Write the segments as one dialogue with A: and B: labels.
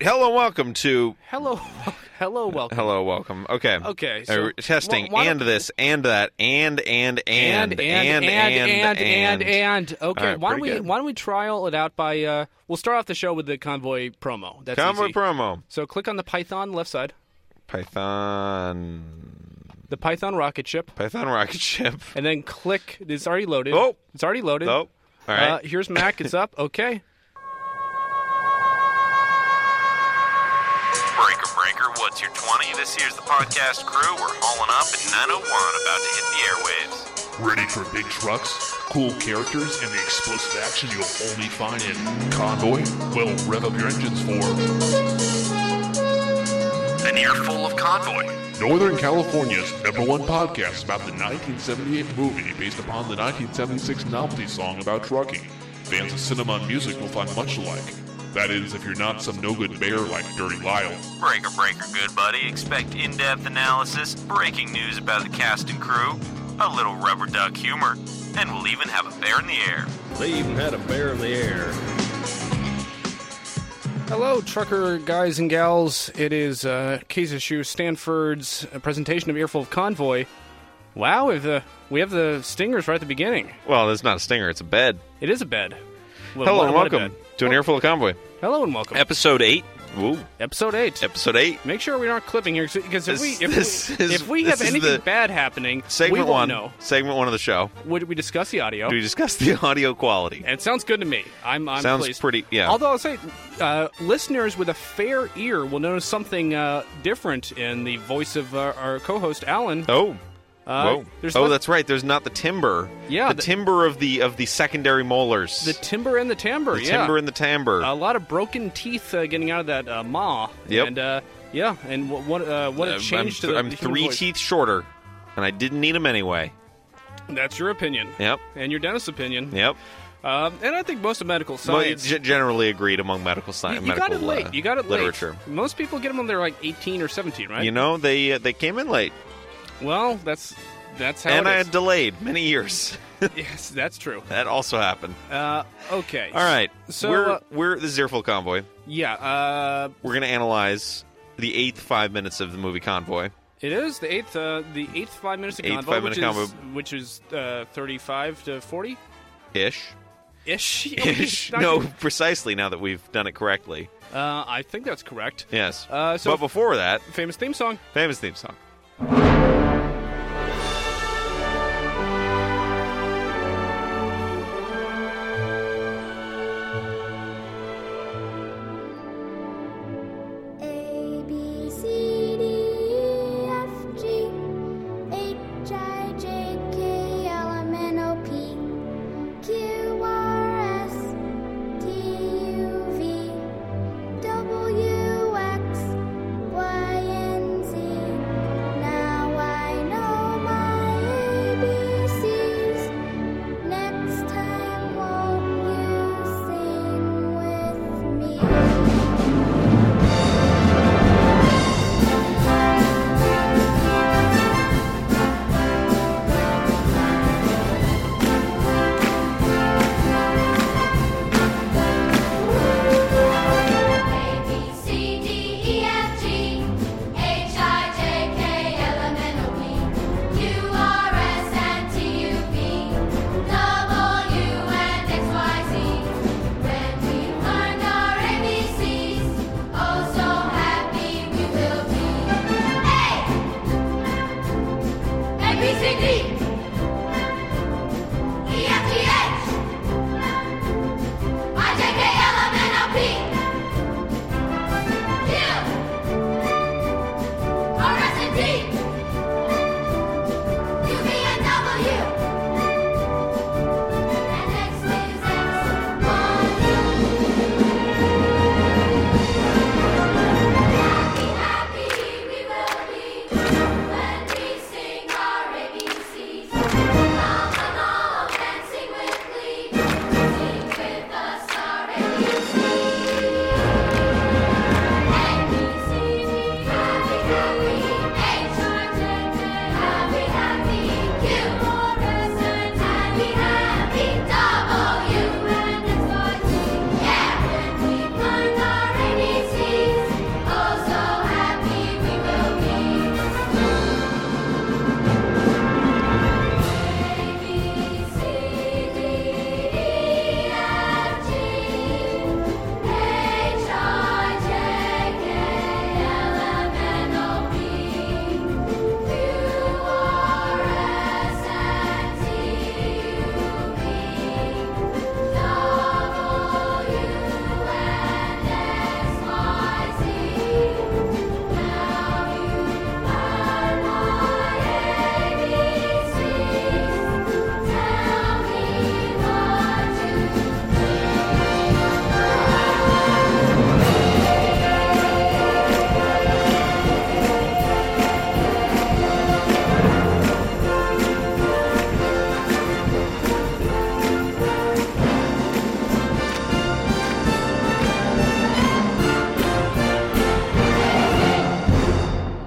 A: Hello, and welcome to
B: Hello, hello, welcome.
A: hello, welcome. Okay,
B: Okay,
A: Uh,
B: so-
A: we're testing
B: Why- why
A: and
B: don't-
A: this and that and and and
B: and and and and and, and. okay.
A: All right,
B: why don't we
A: pretty good.
B: why don't we trial it out by uh, we'll start off the show with the convoy promo. That's
A: Convoy
B: easy.
A: promo
B: so click on the Python left side,
A: Python
B: the Python rocket ship,
A: Python rocket ship.
B: and then click. It's already loaded.
A: Oh.
B: it's already loaded.
A: Oh, all
B: uh,
A: right.
B: here's Mac. It's up. Okay.
C: Breaker, breaker, what's your 20? This here's the podcast crew. We're hauling up at 901, about to hit the airwaves.
D: Ready for big trucks, cool characters, and the explosive action you'll only find in Convoy? Well, rev up your engines for
C: An earful of convoy.
D: Northern California's number one podcast about the 1978 movie based upon the 1976 novelty song about trucking. Fans of cinema and music will find much alike. That is, if you're not some no good bear like Dirty Lyle.
C: Breaker, breaker, good buddy. Expect in depth analysis, breaking news about the cast and crew, a little rubber duck humor, and we'll even have a bear in the air.
E: They even had a bear in the air.
B: Hello, trucker guys and gals. It is uh, Shoe Stanford's presentation of Earful of Convoy. Wow, if the, we have the stingers right at the beginning.
A: Well, it's not a stinger; it's a bed.
B: It is a bed. Well,
A: Hello
B: what-
A: and
B: what a
A: welcome
B: bed.
A: to an earful of convoy,
B: Hello and welcome.
A: episode eight. Ooh,
B: Episode eight.
A: episode eight.
B: Make sure we aren't clipping here because if
A: This-
B: we if,
A: this
B: we,
A: is-
B: if we
A: this
B: have
A: is
B: anything
A: the-
B: bad happening, we
A: Segment
B: won't
A: one.
B: know. Oh.
A: Segment one of the show.
B: Would we discuss the audio?
A: We discuss the audio quality.
B: And it sounds good to me. I'm, I'm
A: Sounds
B: pleased.
A: pretty- yeah.
B: Although I'll say, uh, listeners with a fair ear will notice something uh, different in the voice of uh, our co-host Alan.
A: Oh.
B: Uh,
A: Whoa.
B: there's
A: oh,
B: not-
A: that's right. There's not the timber.
B: Yeah,
A: the,
B: the-
A: timber of the of the secondary molars.
B: The timber and the timbre.
A: The
B: yeah.
A: timber and the timbre.
B: a lot of broken teeth uh, getting out of that uh, maw.
A: Yep. Um,
B: And uh, yeah, and what what, uh, what a
A: I'm-
B: change
A: I'm,
B: to the,
A: I'm
B: the human
A: three
B: voice.
A: teeth shorter, and I didn't need them anyway.
B: That's your opinion.
A: Yep.
B: And your dentist's opinion.
A: Yep.
B: Um, and I think most of medical
A: Well, it's
B: science.
A: g- generally agreed among medical science.
B: you, you got it late. you got it late.
A: literature.
B: Most people get them when they're like 18 or 17, right?
A: You know, they uh, they came in late,
B: well, that's that's how
A: and
B: it
A: I
B: is.
A: had delayed many years.
B: yes, that's true.
A: that also happened.
B: Uh, okay.
A: All right.
B: So,
A: we're
B: uh,
A: we're this is Earful Convoy.
B: Yeah. Uh,
A: We're gonna analyze the eighth five minutes of the movie Convoy.
B: it is the eighth. Uh, the eighth five minutes of
A: Eighth
B: convo,
A: five-minute
B: which is
A: convo.
B: which is uh, 35 to 40
A: Ish.
B: ish.
A: Ish. No, precisely. Now that we've done it correctly.
B: Uh, I think that's correct.
A: Yes.
B: Uh, so-
A: but before that,
B: Famous theme song.
A: famous theme song.
F: A B C D E F G H I J K L M N O P Q R S T U V W X Y and Z E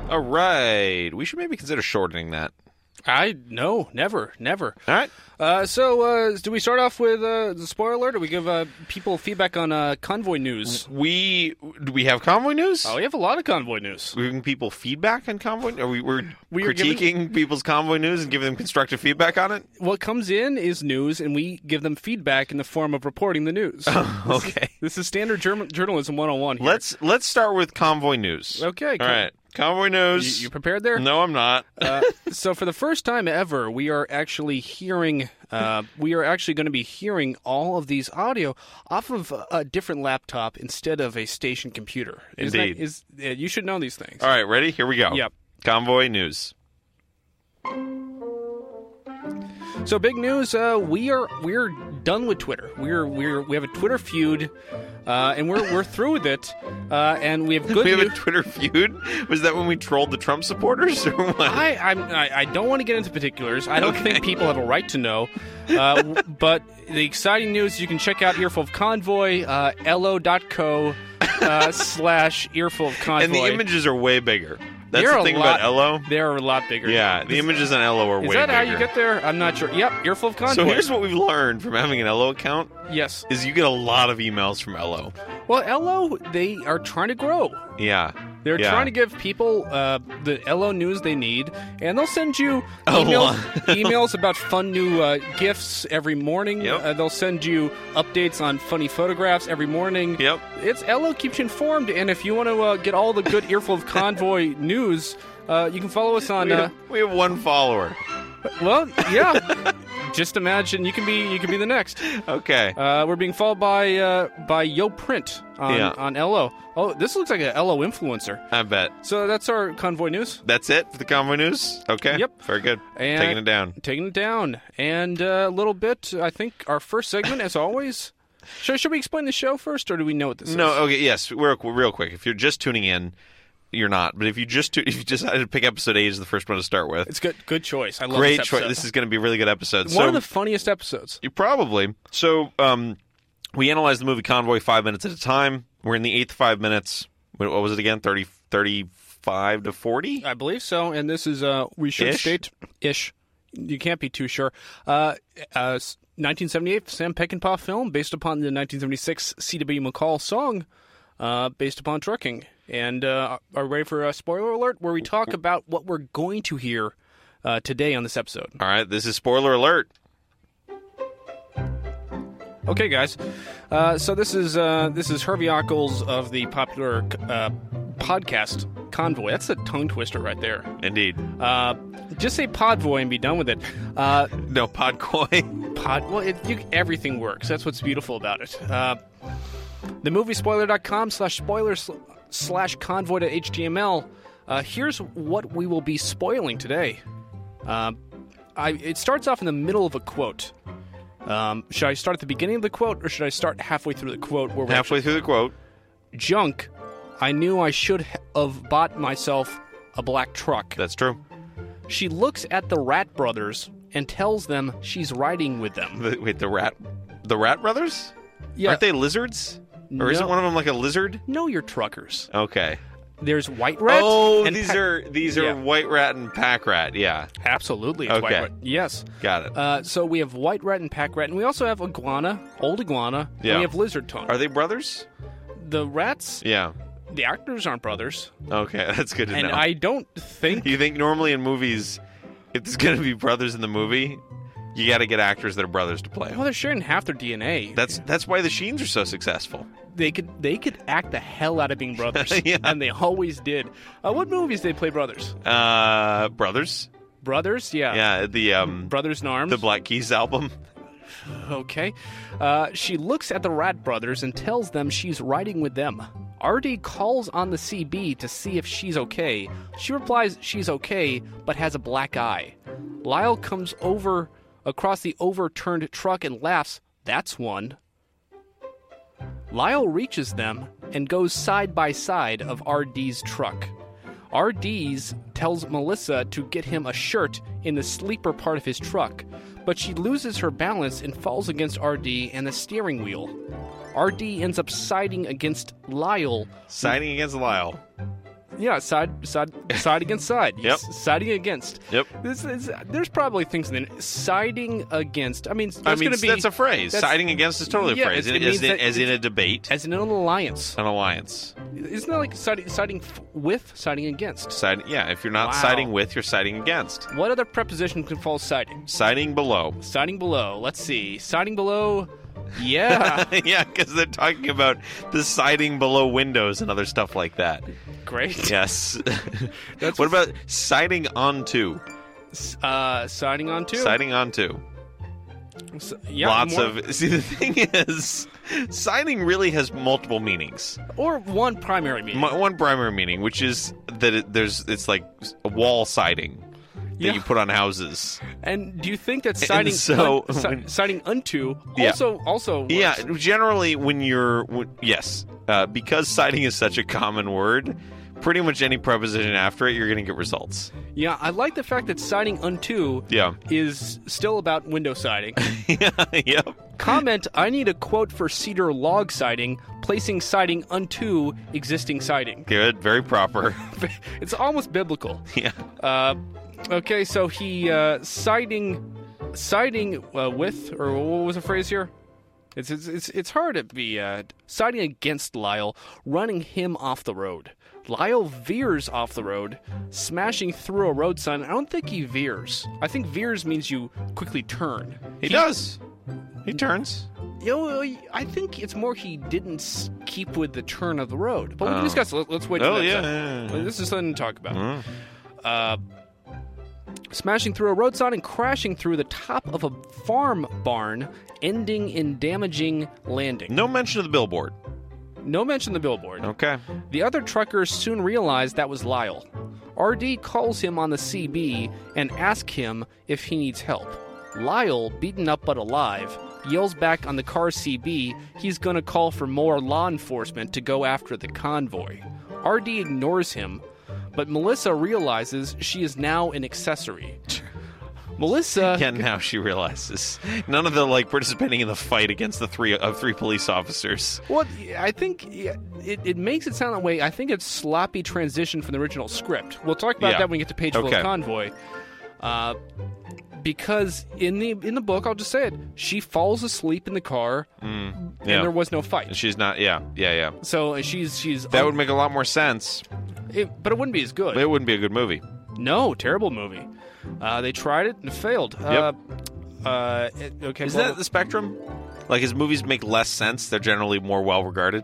A: All right. We should maybe consider shortening that.
B: I no, never, never.
A: All right.
B: Uh, so, uh, do we start off with uh, the spoiler alert? Or do we give uh, people feedback on uh, convoy news?
A: We do we have convoy news?
B: Oh, we have a lot of convoy news.
A: We're giving people feedback on convoy. Are we we're
B: We are
A: critiquing
B: giving-
A: people's convoy news and giving them constructive feedback on it?
B: What comes in is news, and we give them feedback in the form of reporting the news.
A: Okay.
B: this is standard germ- journalism 101 here.
A: Let's let's start with convoy news.
B: Okay,
A: All
B: cool.
A: right. Convoy
B: You,
A: news.
B: you prepared there?
A: no, I'm not.
B: Uh, so for the first time ever, we are actually hearing, uh, we are actually going to be hearing all of these audio off of a, a different laptop instead of a station computer. Isn't that-
A: Indeed.
B: is- yeah, you should know these things.
A: All right, ready? Here we go.
B: Yep.
A: Convoy news.
B: So big news, uh, we are we're done with Twitter. We're we're we have a Twitter feud, uh, and we're we're through with it, uh, and we have good
A: we have a
B: news.
A: Twitter feud. Was that when we trolled the Trump supporters or what?
B: I, I'm, I I don't want to get into particulars. I don't think people have a right to know. Uh, w- but the exciting news you can check out Earful of Convoy, uh, lo.co uh, slash Earful of Convoy.
A: and the images are way bigger. That's
B: They're
A: the
B: a
A: thing about
B: lot-
A: Elo.
B: They're a lot bigger.
A: Yeah, the images on Elo are
B: Is
A: way
B: that
A: bigger.
B: how you get there? I'm not sure. Yep, Earful of Convoy.
A: so here's what we've learned from having an Elo account
B: yes.
A: is you get a lot of emails from Elo.
B: Well, LO, they are trying to grow.
A: Yeah.
B: They're
A: Yeah.
B: trying to give people uh, the LO news they need, and they'll send you
A: A
B: emails,
A: lot.
B: emails about fun new uh, gifts every morning.
A: Yep.
B: Uh, they'll send you updates on funny photographs every morning.
A: Yep.
B: It's LO keeps you informed, and if you want to uh, get all the good earful of convoy news, uh, you can follow us on.
A: We
B: Uh,
A: have, we have one follower.
B: well, yeah. Just imagine you can be you can be the next.
A: Okay.
B: Uh, we're being followed by uh, by Yo Print on
A: Yeah.
B: on LO. Oh, this looks like a LO influencer.
A: I bet.
B: So that's our convoy news.
A: That's it for the convoy news? Okay.
B: Yep.
A: Very good.
B: And-
A: Taking it down.
B: taking it down and uh, a little bit i think our first segment as always should, should we explain the show first or do we know what this
A: No,
B: is
A: okay, yes. We're real quick. If you're just tuning in, you're not. But if you just tu- if you decided to pick episode eight as the first one to start with,
B: it's good good choice i love
A: great
B: this
A: choice.
B: episode.
A: This is going to be a really good episode.
B: one
A: so
B: of the funniest episodes
A: you probably so um, we analyzed the movie Convoy five minutes at a time. We're in the eighth five minutes. What what was it again? 30, 35 to forty.
B: i believe so and this is uh we should
A: Ish?
B: state ish you can't be too sure uh, uh s- 1978 sam peckinpah film based upon the 1976 cw mccall song uh, based upon trucking and uh, are ready for a spoiler alert where we talk about what we're going to hear uh, today on this episode
A: All right, this is spoiler alert.
B: Okay, guys. Uh, so this is uh, this is Herbie Ockles of the popular uh, podcast Convoy. That's a tongue twister right there.
A: Indeed.
B: Uh, just say Podvoy and be done with it. Uh,
A: No podcoy.
B: pod. Well, it, you, everything works. That's what's beautiful about it. Uh, the moviespoiler.com slash spoiler sl- slash convoy to HTML. Uh, here's what we will be spoiling today. Um, I, it starts off in the middle of a quote. Um, should I start at the beginning of the quote or should I start halfway through the quote? Where we're
A: Halfway through the quote.
B: actually- junk. I knew I should have bought myself a black truck.
A: That's true.
B: She looks at the Rat Brothers and tells them she's riding with them.
A: The, wait, the rat, the rat brothers?
B: Yeah.
A: Aren't they lizards? Or isn't
B: No.
A: one of them like a lizard?
B: Know your truckers.
A: Okay.
B: There's white rat.
A: oh,
B: and
A: these
B: pa-
A: are these
B: Yeah.
A: are white rat and pack rat. Yeah,
B: absolutely it's white
A: Okay.
B: rat. Yes.
A: got it.
B: Uh, so we have white rat and pack rat, and we also have iguana, old iguana. And
A: Yeah.
B: we have lizard tongue.
A: are they brothers?
B: the rats?
A: Yeah.
B: The actors aren't brothers,
A: Okay, that's good to
B: and
A: know.
B: I don't think.
A: you think normally in movies, if there's gonna be brothers in the movie, you got to get actors that are brothers to play. 'em.
B: Well, they're sharing half their DNA.
A: That's that's why the Sheens are so successful.
B: they could they could act the hell out of being brothers,
A: Yeah.
B: and they always did. Uh, what movies they play brothers?
A: Uh, brothers.
B: Brothers, yeah.
A: Yeah, the um,
B: Brothers in arms.
A: the Black Keys album.
B: Okay. Uh, she looks at the Rat Brothers and tells them she's riding with them. Artie calls on the CB to see if she's okay. She replies she's okay, but has a black eye. Lyle comes over across the overturned truck and laughs, That's one. Lyle reaches them and goes side by side of RD's truck. RD's tells Melissa to get him a shirt in the sleeper part of his truck, but she loses her balance and falls against RD and the steering wheel. RD ends up siding against Lyle.
A: Signing against Lyle.
B: Yeah, side side side against side.
A: Yep.
B: S- Siding against.
A: Yep.
B: This is, there's probably things in it. siding against. I mean, that's
A: I mean,
B: going to be
A: that's a phrase.
B: that's-
A: Siding against is totally
B: Yeah,
A: a phrase.
B: it- it
A: as,
B: means
A: in,
B: that
A: as in a debate,
B: as an alliance.
A: an alliance.
B: Isn't that like siding, siding f- with, siding against?
A: Siding, yeah, if you're not
B: Wow.
A: siding with, you're siding against.
B: What other preposition can follow siding?
A: Siding below.
B: Siding below. Let's see. Siding below. Yeah.
A: yeah, because they're talking about the siding below windows and other stuff like that.
B: Great.
A: Yes.
B: That's
A: what about siding onto?
B: S- Uh, siding on two.
A: Siding onto.
B: S- yeah,
A: Lots
B: more-
A: of. See, the thing is, siding really has multiple meanings.
B: or one primary meaning.
A: My, one primary meaning, which is that it, there's, it's like a wall siding that
B: Yeah.
A: you put on houses.
B: and do you think that siding
A: so
B: un- si-
A: when-
B: siding unto
A: Yeah.
B: also also works?
A: Yeah, generally when you're when, yes, uh, because citing is such a common word, pretty much any preposition after it, you're going to get results.
B: Yeah, I like the fact that siding unto
A: Yeah.
B: is still about window siding.
A: yep.
B: Comment, I need a quote for cedar log siding, placing siding unto existing siding.
A: Good. Very proper.
B: it's almost biblical.
A: yeah.
B: Uh, okay, so he uh, siding siding uh, with or what was the phrase here? It's it's it's, it's hard to be uh, siding against Lyle, running him off the road. Lyle veers off the road, smashing through a road sign. I don't think he veers. I think veers means you quickly turn.
A: He, does. He turns.
B: You know, I think it's more he didn't s- keep with the turn of the road. But we can
A: Oh.
B: discuss. it. Let's wait.
A: Oh,
B: till next
A: yeah,
B: time.
A: yeah, yeah, yeah.
B: This is something to talk about. Uh, smashing through a road sign and crashing through the top of a farm barn, ending in damaging landing.
A: No mention of the billboard.
B: No mention of the billboard.
A: Okay.
B: The other truckers soon realized that was Lyle. RD calls him on the CB and asks him if he needs help. Lyle, beaten up but alive, yells back on the car CB he's going to call for more law enforcement to go after the convoy. RD ignores him, but Melissa realizes she is now an accessory. Melissa
A: Yeah. Now she realizes none of the like participating in the fight against the three of three police officers.
B: Well, I think yeah, it, it makes it sound that way. I think it's sloppy transition from the original script. We'll talk about
A: Yeah.
B: that when we get to Page Full
A: Okay.
B: of Convoy. Uh, because in the in the book, I'll just say it, she falls asleep in the car
A: Yeah.
B: and there was no fight.
A: She's not. Yeah. Yeah. Yeah.
B: so uh, she's she's
A: That would make a lot more sense.
B: it, but it wouldn't be as good.
A: But it wouldn't be a good movie.
B: no, terrible movie. Uh, they tried it and it failed.
A: Yep.
B: Uh, uh, it- okay,
A: Is
B: well,
A: that the spectrum? Like his movies make less sense. They're generally more well regarded.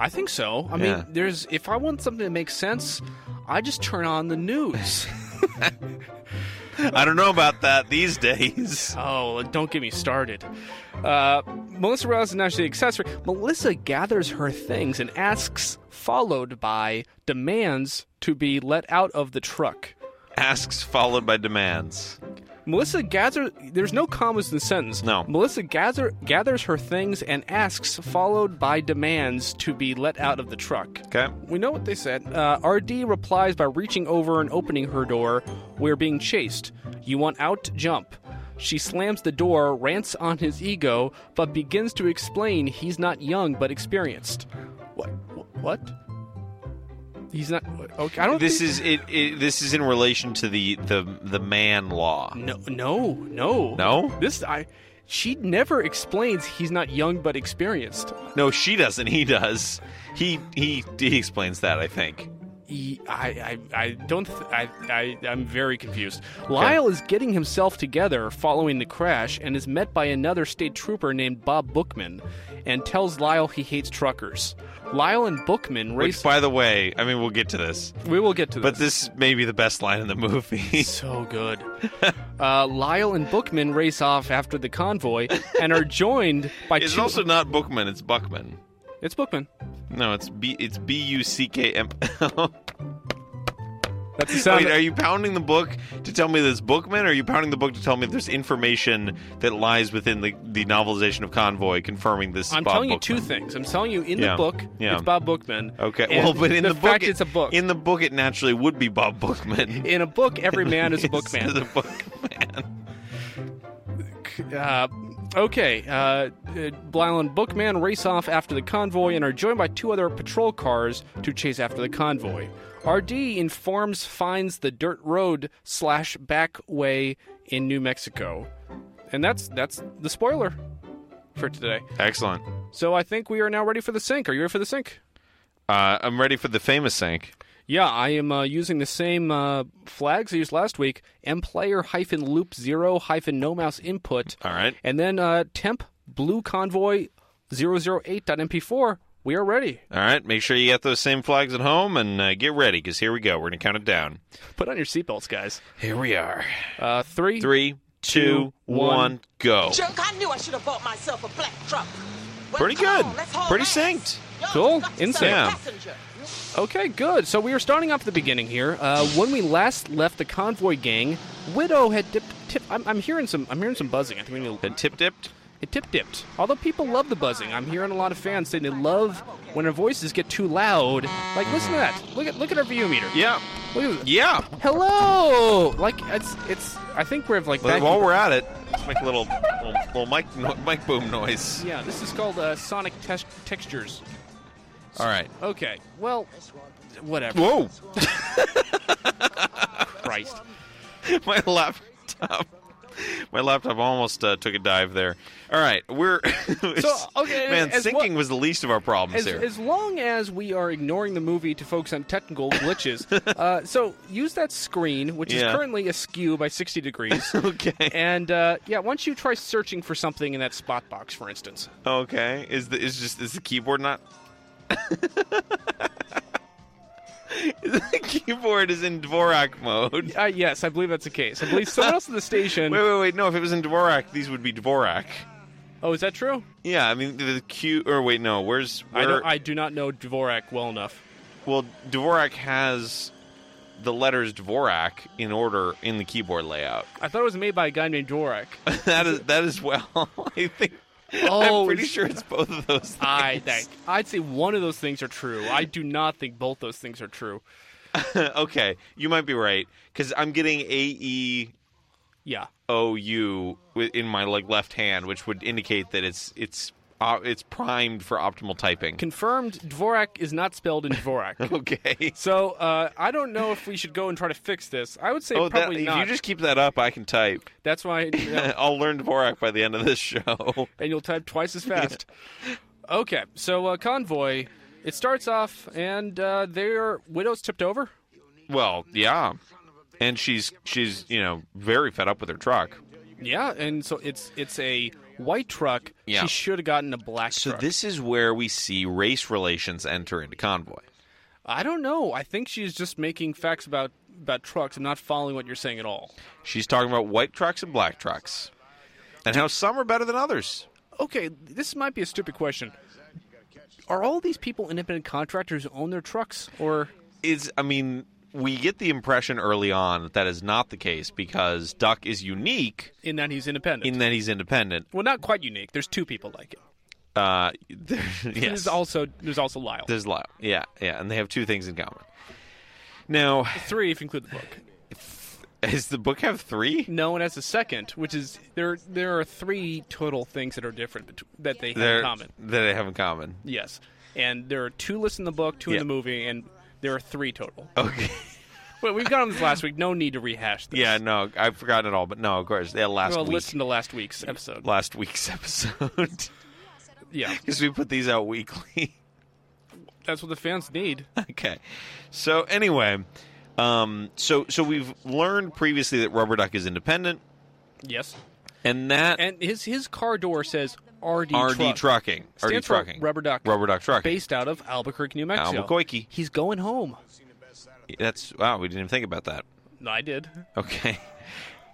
B: I think so. I
A: Yeah.
B: mean, there's if I want something that makes sense, I just turn on the news.
A: I don't know about that these days.
B: Oh, don't get me started. Uh, Melissa realizes now she's the accessory. Melissa gathers her things and asks, followed by demands to be let out of the truck.
A: Asks followed by demands.
B: Melissa gathers. There's no commas in the sentence.
A: No.
B: Melissa gather, gathers her things and asks, followed by demands to be let out of the truck.
A: Okay.
B: We know what they said. Uh, RD replies by reaching over and opening her door. We're being chased. You want out? Jump. She slams the door, rants on his ego, but begins to explain he's not young but experienced. What? What? He's not. Okay, I don't.
A: This
B: think-
A: is it, it. This is in relation to the the the man law.
B: no, no, no,
A: No?
B: This I. She never explains he's not young but experienced.
A: No, she doesn't. He does. He he he explains that. I think.
B: Ye- I, I, I don't. Th- I, I, I'm very confused. Lyle is getting himself together following the crash and is met by another state trooper named Bob Bookman and tells Lyle he hates truckers. Lyle and Bookman
A: Which,
B: race.
A: by the way, I mean we'll get to this,
B: we will get to
A: but
B: this.
A: this may be the best line in the movie.
B: so good. Uh, Lyle and Bookman race off after the convoy and are joined by
A: It's
B: two.
A: also not Bookman. It's Buckman.
B: it's Bookman.
A: No, it's B. It's B U C K M.
B: That's the sound.
A: Wait, are you pounding the book to tell me that it's Bookman, or are you pounding the book to tell me there's information that lies within the, the novelization of Convoy confirming this?
B: I'm
A: Bob
B: telling you
A: Bookman?
B: two things. I'm telling you in
A: Yeah.
B: the book,
A: Yeah.
B: it's Bob Bookman.
A: Okay,
B: and
A: well, but in the,
B: fact
A: book, it-
B: it's a book.
A: In the book, it naturally would be Bob Bookman.
B: in a book, every man is a bookman.
A: It's a bookman.
B: Uh, okay. Uh, uh, Blau and Bookman race off after the convoy and are joined by two other patrol cars to chase after the convoy. RD informs finds the dirt road slash back way in New Mexico, and that's that's the spoiler for today.
A: Excellent.
B: So I think we are now ready for the sink. Are you ready for the sink?
A: Uh, I'm ready for the famous sink.
B: Yeah, I am uh, using the same uh, flags I used last week: mplayer hyphen loop zero hyphen no mouse input.
A: All right.
B: And then uh, temp blue convoy 008.mp4. We are ready.
A: All right. Make sure you got those same flags at home and uh, get ready because here we go. We're going to count it down.
B: Put on your seatbelts, guys.
A: Here we are.
B: Uh, three.
A: Three, two, one, go.
G: Junk, I knew I should have bought myself a black truck. Well,
A: Pretty
G: come
A: good.
G: on, let's haul
A: Pretty
G: ass.
A: synced.
G: Y'all
B: Cool.
G: got yourself a
B: Insane.
A: Yeah.
G: passenger.
B: Okay, good. So we are starting off at the beginning here. Uh, when we last left the convoy gang, Widow had dipped. Tip, I'm, I'm hearing some. I'm hearing some buzzing. I think we need to
A: Then tip dipped.
B: It tip dipped. Although people love the buzzing, I'm hearing a lot of fans saying they love when our voices get too loud. Like, listen to that. Look at look at our view meter.
A: Yeah.
B: Look at this.
A: Yeah.
B: Hello. Like it's it's. I think we're like.
A: Well,
B: back-
A: while we're at it, let's make a little little, little mic no, mic boom noise.
B: yeah, this is called uh, sonic tes- textures.
A: All right.
B: Okay. Well, whatever.
A: Whoa.
B: Christ.
A: my laptop. My laptop almost uh, took a dive there. All right, we're
B: okay,
A: man.
B: as
A: Sinking
B: what-
A: was the least of our problems
B: As,
A: here.
B: as long as we are ignoring the movie to focus on technical glitches, uh, so use that screen, which
A: Yeah.
B: is currently askew by 60 degrees.
A: okay,
B: And uh, yeah, once you try searching for something in that spot box, for instance,
A: okay. Is the is just is the keyboard not? the keyboard is in Dvorak mode.
B: uh, yes, I believe that's the case. I believe someone else at the station.
A: Wait, wait, wait. No, if it was in Dvorak, these would be Dvorak.
B: Oh, is that true?
A: Yeah, I mean the, the Q. Or wait, no. Where's
B: I,
A: where?
B: don't, I do not know Dvorak well enough.
A: Well, Dvorak has the letters Dvorak in order in the keyboard layout.
B: I thought it was made by a guy named Dvorak.
A: That is that is well. I think.
B: Oh,
A: I'm pretty
B: it's-
A: sure it's both of those. Things.
B: I think I'd say one of those things are true. I do not think both those things are true.
A: okay, you might be right because I'm getting A E
B: Yeah.
A: O U in my like left hand, which would indicate that it's it's uh, it's primed for optimal typing.
B: Confirmed, Dvorak is not spelled in Dvorak.
A: okay.
B: so uh, I don't know if we should go and try to fix this. I would say
A: Oh, that,
B: probably
A: if
B: not.
A: you just keep that up, I can type.
B: That's why. yeah.
A: I'll learn Dvorak by the end of this show.
B: and you'll type twice as fast. okay, so uh, convoy. It starts off, and uh, their widow's tipped over.
A: Well, yeah, and she's she's you know very fed up with her truck.
B: Yeah, and so it's it's a white truck.
A: Yeah.
B: She should have gotten a black
A: So
B: truck.
A: this is where we see race relations enter into convoy.
B: I don't know. I think she's just making facts about about trucks. I'm not following what you're saying at all.
A: She's talking about white trucks and black trucks, and how some are better than others.
B: Okay, this might be a stupid question. Are all these people independent contractors who own their trucks, or
A: Is I mean, we get the impression early on that that is not the case because Duck is unique
B: in that he's independent?
A: in that he's independent.
B: well, not quite unique. There's two people like him.
A: Uh, there- yes,
B: There's also there's also Lyle.
A: there's Lyle. Yeah, yeah, and they have two things in common. Now,
B: Three if you include the book.
A: does the book have three?
B: No, and as a second, which is there. There are three total things that are different bet- that they have
A: They're-
B: in common.
A: That they have in common.
B: Yes, and there are two lists in the book, two
A: Yeah.
B: in the movie, and there are three total.
A: Okay.
B: But we've got on this last week. No need to rehash this.
A: Yeah, no, I've forgotten it all, but no, of course, yeah, last
B: well,
A: week,
B: listen to last week's episode.
A: last week's episode,
B: Yeah,
A: because we put these out weekly.
B: that's what the fans need.
A: Okay. So anyway, um, so so we've learned previously that Rubber Duck is independent,
B: Yes,
A: and that
B: and his his car door says RD,
A: RD
B: truck,
A: trucking, RD
B: Stands for
A: trucking,
B: Rubber Duck.
A: Rubber Duck trucking.
B: based out of Albuquerque, New Mexico.
A: Albuquerque.
B: He's going home.
A: That's wow, we didn't even think about that.
B: No, I did.
A: Okay.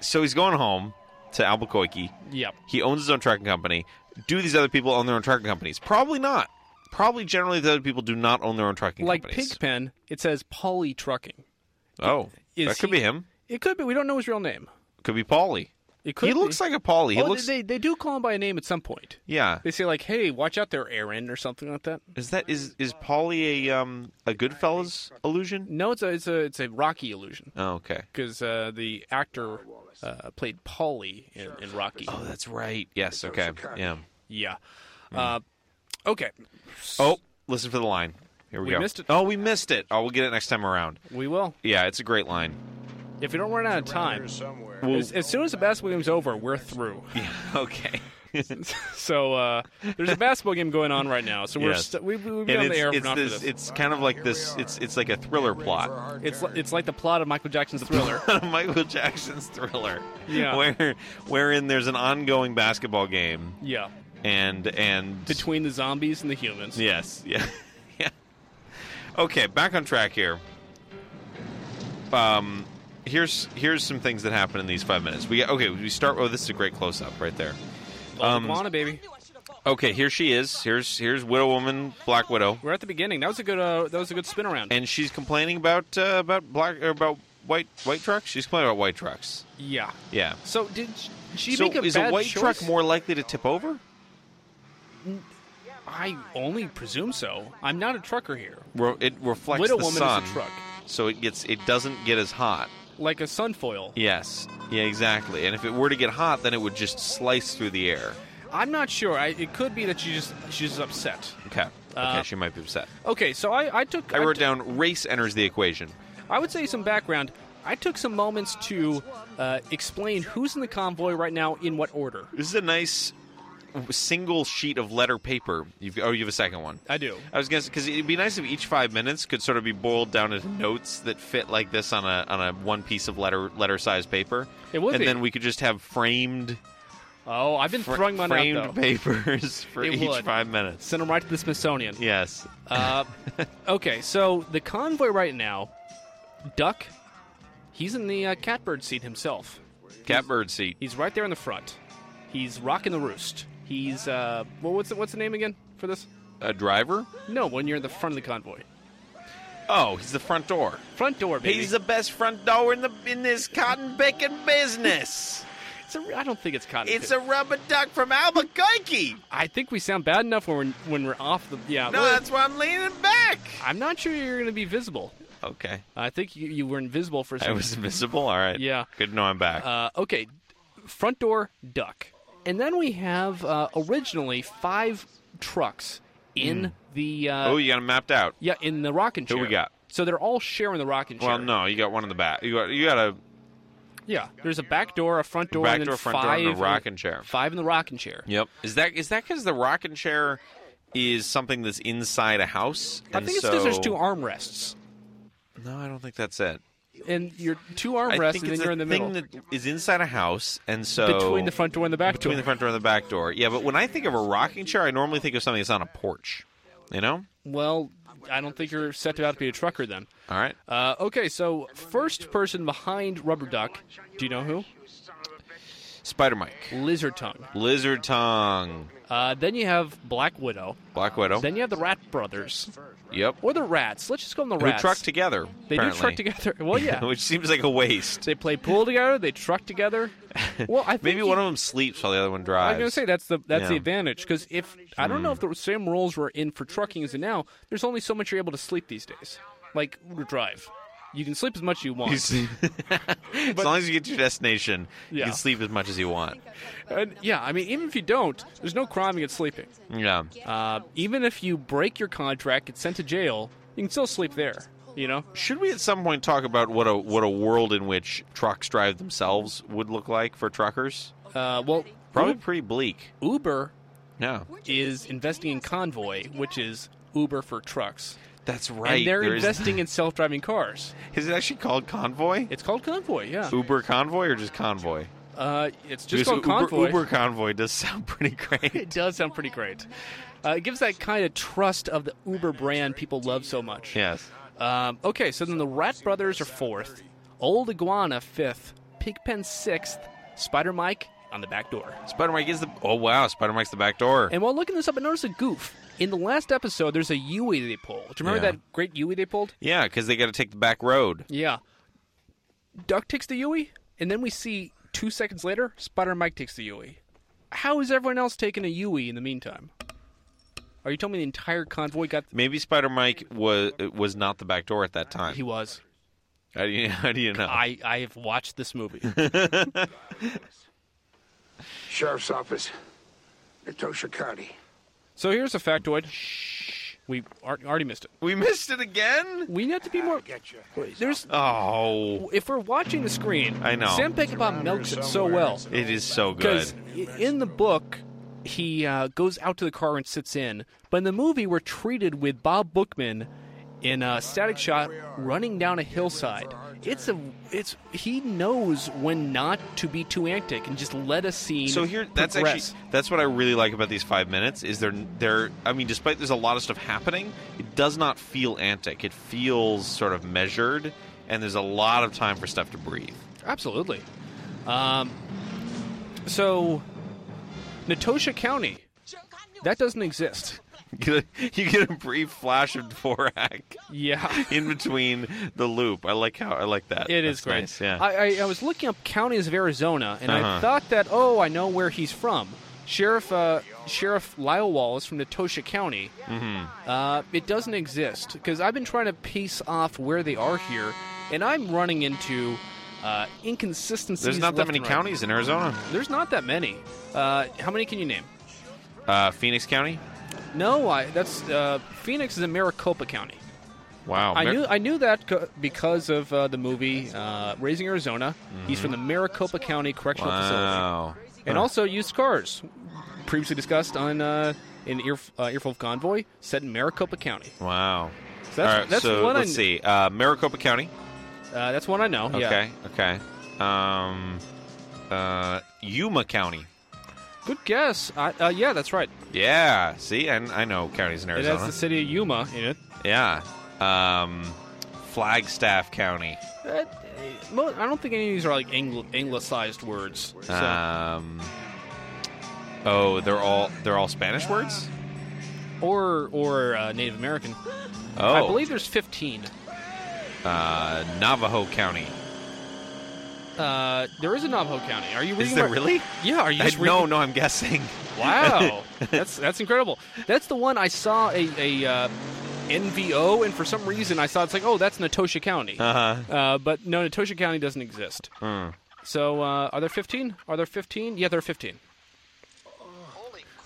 A: So he's going home to Albuquerque.
B: Yep.
A: He owns his own trucking company. Do these other people own their own trucking companies? Probably not. Probably generally the other people do not own their own trucking
B: Like
A: companies.
B: Pigpen, it says Polly Trucking.
A: oh,
B: Is
A: that could
B: he-
A: be him.
B: It could be. We don't know his real name.
A: Could be Paulie.
B: It could
A: He looks like a Paulie. He
B: oh,
A: looks
B: they, they do call him by a name at some point.
A: yeah.
B: They say like, "Hey, watch out there, Aaron," or something like that.
A: Is that is is Polly a um a Goodfellas illusion?
B: No, it's a it's a it's a Rocky illusion
A: Oh, okay.
B: because uh, the actor uh, played Polly in, in Rocky.
A: Oh, that's right. Yes. Okay. Yeah.
B: Yeah. Uh, okay.
A: Oh, listen for the line. Here we,
B: We
A: go.
B: missed it.
A: Oh, we missed it. Oh, we'll get it next time around.
B: We will.
A: Yeah, it's a great line.
B: If we don't run out of time,
E: somewhere.
B: as, as soon as the basketball game's over, we're through.
A: Okay.
B: So uh, there's a basketball game going on right now. So we're
A: Yes.
B: st- we, we've
A: and
B: been on the
A: it's,
B: air
A: it's,
B: not
A: this,
B: for this.
A: it's kind of like this. It's it's like a thriller plot.
B: It's li- it's like the plot of Michael Jackson's Thriller.
A: Michael Jackson's thriller.
B: Yeah.
A: Where wherein there's an ongoing basketball game
B: yeah,
A: and and
B: between the zombies and the humans.
A: Yes. Yeah. yeah. Okay, back on track here. Um, here's here's some things that happen in these five minutes. We okay. We start. Oh, this is a great close up right there. um,
B: Lollipop Wanna, baby. Oh,
A: Okay, here she is. Here's here's Widow Woman, Black Widow,
B: We're at the beginning. That was a good uh, that was a good spin around.
A: and she's complaining about uh, about black or about white white trucks. She's complaining about white trucks.
B: yeah.
A: Yeah.
B: So did sh- she
A: so
B: make a
A: is
B: bad
A: a white
B: choice?
A: truck more likely to tip over?
B: I only presume so. I'm not a trucker here.
A: Re- it reflects
B: Widow
A: the
B: Woman
A: sun,
B: is a truck,
A: so it gets it doesn't get as hot.
B: like a sunfoil.
A: Yes. Yeah, exactly. And if it were to get hot, then it would just slice through the air.
B: I'm not sure. I, it could be that she just she's upset.
A: Okay. Okay,
B: Uh,
A: she might be upset.
B: Okay, so I, I took
A: I wrote
B: t-
A: down race enters the equation.
B: I would say some background. I took some moments to uh, explain who's in the convoy right now in what order.
A: This is a nice single sheet of letter paper. You've, oh, you have a second one.
B: I do.
A: I was gonna because it'd be nice if each five minutes could sort of be boiled down into notes that fit like this on a on a one piece of letter letter size paper.
B: It would
A: and
B: be.
A: then we could just have framed
B: Oh, I've been
A: fr-
B: throwing mine
A: framed
B: out though.
A: papers for
B: It
A: each
B: would.
A: five minutes.
B: Send them right to the Smithsonian.
A: Yes,
B: Uh, okay, so the convoy right now, Duck, he's in the uh, catbird seat himself.
A: catbird seat.
B: He's right there in the front. He's rocking the roost. He's uh, well, what's the, what's the name again for this?
A: A driver.
B: No, when you're in the front of the convoy,
A: Oh, he's the front door.
B: front door, baby.
A: He's the best front door in the in this cotton picking business.
B: It's a, I don't think it's cotton.
A: It's
B: pit.
A: a rubber duck from Albuquerque.
B: I think we sound bad enough when we're when we're off the. Yeah.
A: No,
B: well,
A: that's why I'm leaning back.
B: I'm not sure you're going to be visible.
A: Okay,
B: I think you, you were invisible for a
A: I
B: second.
A: was invisible. All right.
B: Yeah.
A: Good to know I'm back.
B: Uh, okay, front door duck, and then we have uh, originally five trucks in the. Uh,
A: oh, you got him mapped out.
B: yeah, in the rocking
A: Who
B: chair.
A: we got?
B: So they're all sharing the rocking chair.
A: Well, no, you got one in the back. You got you got a
B: Yeah, there's a back door, a front door,
A: back
B: and then
A: door, front door,
B: five
A: and a rocking chair.
B: Five in the rocking chair.
A: Yep. Is that is that because the rocking chair is something that's inside a house?
B: I
A: And
B: think it's
A: so-
B: because there's two armrests,
A: No, I don't think that's it.
B: and you're two
A: I
B: armrests,
A: think
B: and then
A: it's
B: you're
A: a
B: in the middle
A: thing that is inside a house, and so
B: between the front door and the back
A: between
B: door.
A: the front door and the back door. Yeah, but when I think of a rocking chair, I normally think of something that's on a porch. You know?
B: well, I don't think you're set out to be a trucker then.
A: All right.
B: Uh, okay, so first person behind Rubber Duck, do you know who?
A: Spider Mike.
B: Lizard Tongue.
A: Lizard Tongue.
B: Uh, then you have Black Widow.
A: Black Widow.
B: Then you have the Rat Brothers.
A: yep.
B: Or the Rats. Let's just call them the
A: Who
B: Rats.
A: truck together.
B: they do
A: apparently.
B: truck together. Well, yeah.
A: Which seems like a waste.
B: They play pool together. They truck together. Well, I think
A: Maybe
B: you-
A: one of them sleeps while the other one
B: I
A: drives.
B: was gonna say that's the that's the
A: Yeah. Hmm.
B: advantage because if I don't know if the same rules were in for trucking as in now, there's only so much you're able to sleep these days. Like or drive, you can sleep as much as you want.
A: You sleep- as long as you get to your destination, you
B: Yeah.
A: can sleep as much as you want.
B: And, yeah, I mean, even if you don't, there's no crime against sleeping.
A: Yeah.
B: Uh, even if you break your contract, get sent to jail, you can still sleep there. You know,
A: Should we at some point talk about what a what a world in which trucks drive themselves would look like for truckers?
B: uh, well,
A: Probably pretty bleak.
B: U- Uber
A: Yeah.
B: is investing in Convoy, which is Uber for trucks,
A: That's right.
B: and they're
A: There is-
B: investing in self-driving cars.
A: Is it actually called convoy?
B: It's called Convoy, yeah.
A: Uber convoy or just convoy?
B: Uh, it's just
A: Because
B: called Convoy.
A: Uber, Uber convoy does sound pretty great.
B: It does sound pretty great. Uh, it gives that kind of trust of the Uber brand people love so much.
A: yes.
B: Um, okay, so then the Rat Brothers are fourth, Old Iguana fifth, Pigpen sixth, Spider Mike on the back door.
A: Spider Mike is the. Oh wow, Spider Mike's the back door.
B: And while looking this up, I noticed a goof. In the last episode, there's a Yui they pulled. Do you remember
A: Yeah.
B: that great Yui they pulled?
A: yeah, because they got to take the back road.
B: Yeah. Duck takes the Yui, and then we see two seconds later, Spider Mike takes the Yui. How is everyone else taking a Yui in the meantime? Are you telling me the entire convoy got
A: Maybe Spider Mike was was not the back door at that time.
B: He was.
A: How do you, how do you know?
B: I, I have watched this movie.
H: Sheriff's office. Natosha County.
B: So here's a factoid. We ar- already missed it.
A: We missed it again.
B: We need to be more.
H: Get you.
B: There's
A: Oh,
B: if we're watching the screen.
A: I know.
B: Sam Peckinpah milks it so well
A: it is so good.
B: because in the book he uh, goes out to the car and sits in, but in the movie we're treated with Bob Bookman in a static shot running down a hillside. It's a it's he knows when not to be too antic and just let a scene.
A: So here, that's
B: progress.
A: actually that's what I really like about these five minutes is they're they're. I mean, despite there's a lot of stuff happening, it does not feel antic. It feels sort of measured, and there's a lot of time for stuff to breathe.
B: Absolutely. Um, so, Natosha County, that doesn't exist.
A: you get a brief flash of Dvorak
B: Yeah.
A: in between the loop. I like how I like that.
B: It is
A: That's
B: great.
A: nice, Yeah.
B: I, I, I was looking up counties of Arizona, and
A: Uh-huh.
B: I thought that, oh, I know where he's from. Sheriff uh, Sheriff Lyle Wall is from Natosha County.
A: Mm-hmm.
B: Uh, it doesn't exist because I've been trying to piece off where they are here, and I'm running into uh, inconsistencies.
A: there's not that
B: left
A: many
B: and right.
A: counties in Arizona.
B: There's not that many. Uh, how many can you name?
A: Uh, Phoenix County.
B: No, I, that's uh, Phoenix is in Maricopa County.
A: Wow.
B: I
A: Mar-
B: knew I knew that co- because of uh, the movie uh, Raising Arizona. He's from the Maricopa County Correctional
A: Mm-hmm. Wow.
B: Facility, and also used cars, previously discussed on uh, in Ear, uh, Earful of Convoy, set in Maricopa County.
A: Wow.
B: So that's,
A: All right,
B: that's
A: so
B: one.
A: let's
B: I,
A: see. Uh, Maricopa County.
B: Uh, that's one I know. Yeah.
A: Okay. Okay. Um, uh, Yuma County.
B: Good guess. I, uh, yeah, that's right.
A: Yeah. See, I, I know counties in
B: It
A: Arizona.
B: has the city of Yuma in it.
A: yeah. Um, Flagstaff County.
B: That- Uh, mo- I don't think any of these are like Angl- anglicized words. So.
A: Um, oh, they're all they're all Spanish words.
B: or or uh, Native American.
A: Oh,
B: I believe there's 15.
A: uh, Navajo County.
B: Uh, there is a Navajo County. Are you reading
A: Is there
B: my-
A: really?
B: Yeah, are you
A: I,
B: just
A: no,
B: reading-
A: no, I'm guessing.
B: Wow, that's that's incredible. That's the one I saw a, a uh, NVO, and for some reason I saw it's like, oh, that's Natosha County.
A: Uh-huh. Hmm.
B: Uh, but no, Natosha County doesn't exist. So uh, are there 15? Are there 15? Yeah, there are 15.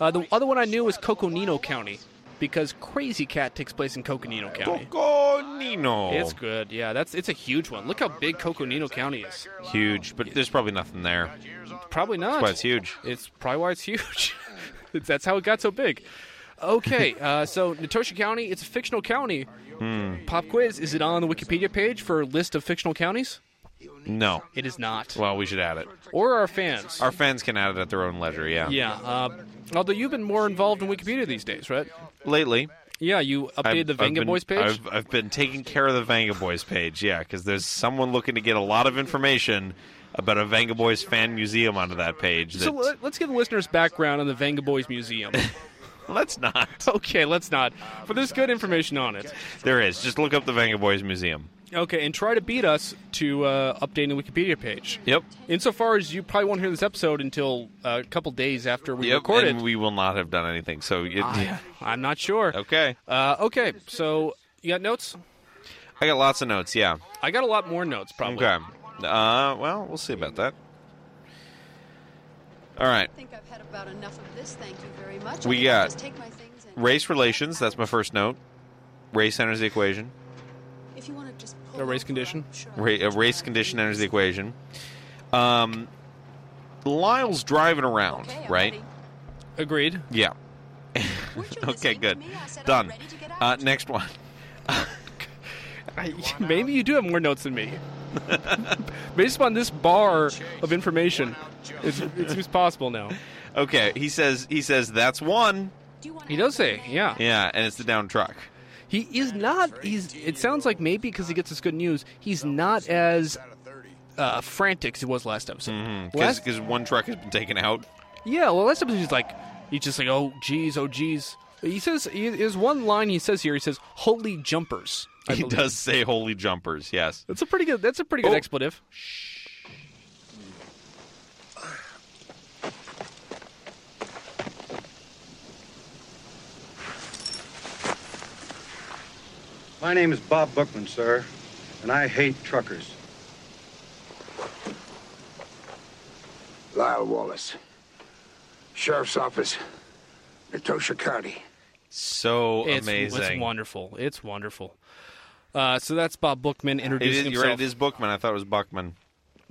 B: Uh, the other one I knew was Coconino County because Crazy Cat takes place in Coconino County.
A: Coconino.
B: It's good. Yeah, that's it's a huge one. Look how big Coconino County is.
A: huge, but there's probably nothing there.
B: Probably not.
A: That's why it's huge.
B: It's probably why it's huge. It's- That's how it got so big. Okay, uh, so Natosha County, it's a fictional county.
A: Hmm.
B: Pop quiz: Is it on the Wikipedia page for a list of fictional counties?
A: No.
B: It is not.
A: Well, we should add it.
B: Or our fans.
A: Our fans can add it at their own leisure. Yeah.
B: yeah. Uh, although you've been more involved in Wikipedia these days, right?
A: Lately,
B: Yeah, you updated
A: I've-
B: the
A: I've
B: Venga
A: been-
B: Boys page.
A: I've, I've been taking care of the Vanga Boys page, yeah, because there's someone looking to get a lot of information about a Vanga Boys fan museum onto that page. That,
B: so let, let's give the listeners background on the Venga Boys Museum.
A: let's not.
B: okay, let's not. But there's good information on it.
A: There is. Just look up the Vanga Boys Museum.
B: Okay, and try to beat us to uh, updating the Wikipedia page.
A: Yep.
B: Insofar as you probably won't hear this episode until uh, a couple days after we
A: Yep.
B: record it. Ah,
A: And we will not have done anything. So it,
B: I, I'm not sure.
A: okay,
B: Uh, okay, so you got notes?
A: I got lots of notes. Yeah.
B: I got a lot more notes, probably.
A: Okay. Uh, well, we'll see about that. All right.
I: think I've had about enough of this. Thank you very much.
A: We
I: I think I'll
A: got
I: just take my things and-
A: Race relations. That's my first note. Race enters the equation.
I: If you want to just pull
B: A race
I: over,
B: condition?
I: I'm sure
A: Ra- a race condition enters the equation. Um, Lyle's driving around,
I: Okay, I'm
A: right?
I: ready.
B: Agreed.
A: Yeah.
I: Weren't
A: Okay,
I: you listening to
A: good.
I: me? I said I'm
A: Done.
I: ready to get
A: Uh,
I: out.
A: next one.
B: I, maybe you do have more notes than me. Based upon this bar of information, it's, it seems possible now.
A: Okay, he says he says that's one.
I: Do you want
B: He
I: to have
B: does say,
I: the man?
B: yeah.
A: Yeah, and it's the down truck.
B: He is not. He's. It sounds like maybe because he gets this good news, he's not as uh, frantic as he was last episode.
A: Because one truck has been taken out.
B: Yeah, well, that's something he's like, he's just like, oh, geez, oh, geez. He says, he- there's one line he says here. He says, "Holy jumpers." I
A: He
B: believe.
A: does say holy jumpers. Yes.
B: That's a pretty good. That's a pretty good
A: Oh.
B: expletive.
J: My name is Bob Bookman, sir, and I hate truckers.
H: Lyle Wallace. Sheriff's Office, Natosha County.
A: So
B: It's,
A: amazing.
B: it's wonderful. It's wonderful. Uh, so that's Bob Bookman
A: It is,
B: introducing
A: you're
B: himself.
A: right, it is Bookman. I thought it was Buckman.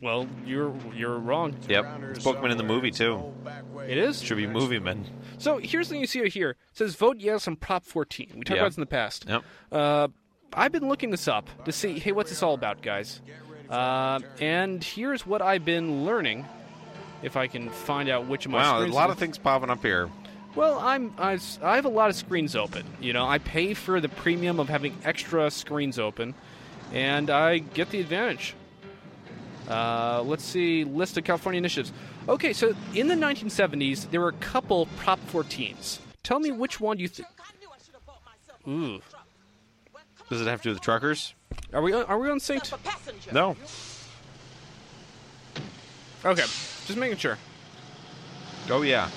B: Well, you're you're wrong.
A: Yep. It's Bookman in the movie, too.
B: It is.
A: Should be Movie Man.
B: So here's the thing you see here. It says vote yes on Prop 14. We talked
A: Yeah.
B: about this in the past.
A: Yep.
B: Uh, I've been looking this up to see, hey, what's this all about, guys? Uh, and here's what I've been learning. If I can find out which of my
A: Wow, a
B: screens-
A: lot of things popping up here.
B: Well, I'm I, s- I have a lot of screens open. You know, I pay for the premium of having extra screens open, and I get the advantage. Uh, let's see, list of California initiatives. Okay, so in the 1970s, there were a couple Prop 14s. Tell me which one you think. Ooh,
A: Does it have to do with truckers?
B: are we on- are we on sync?
A: No.
B: Okay, just making sure
A: Oh yeah.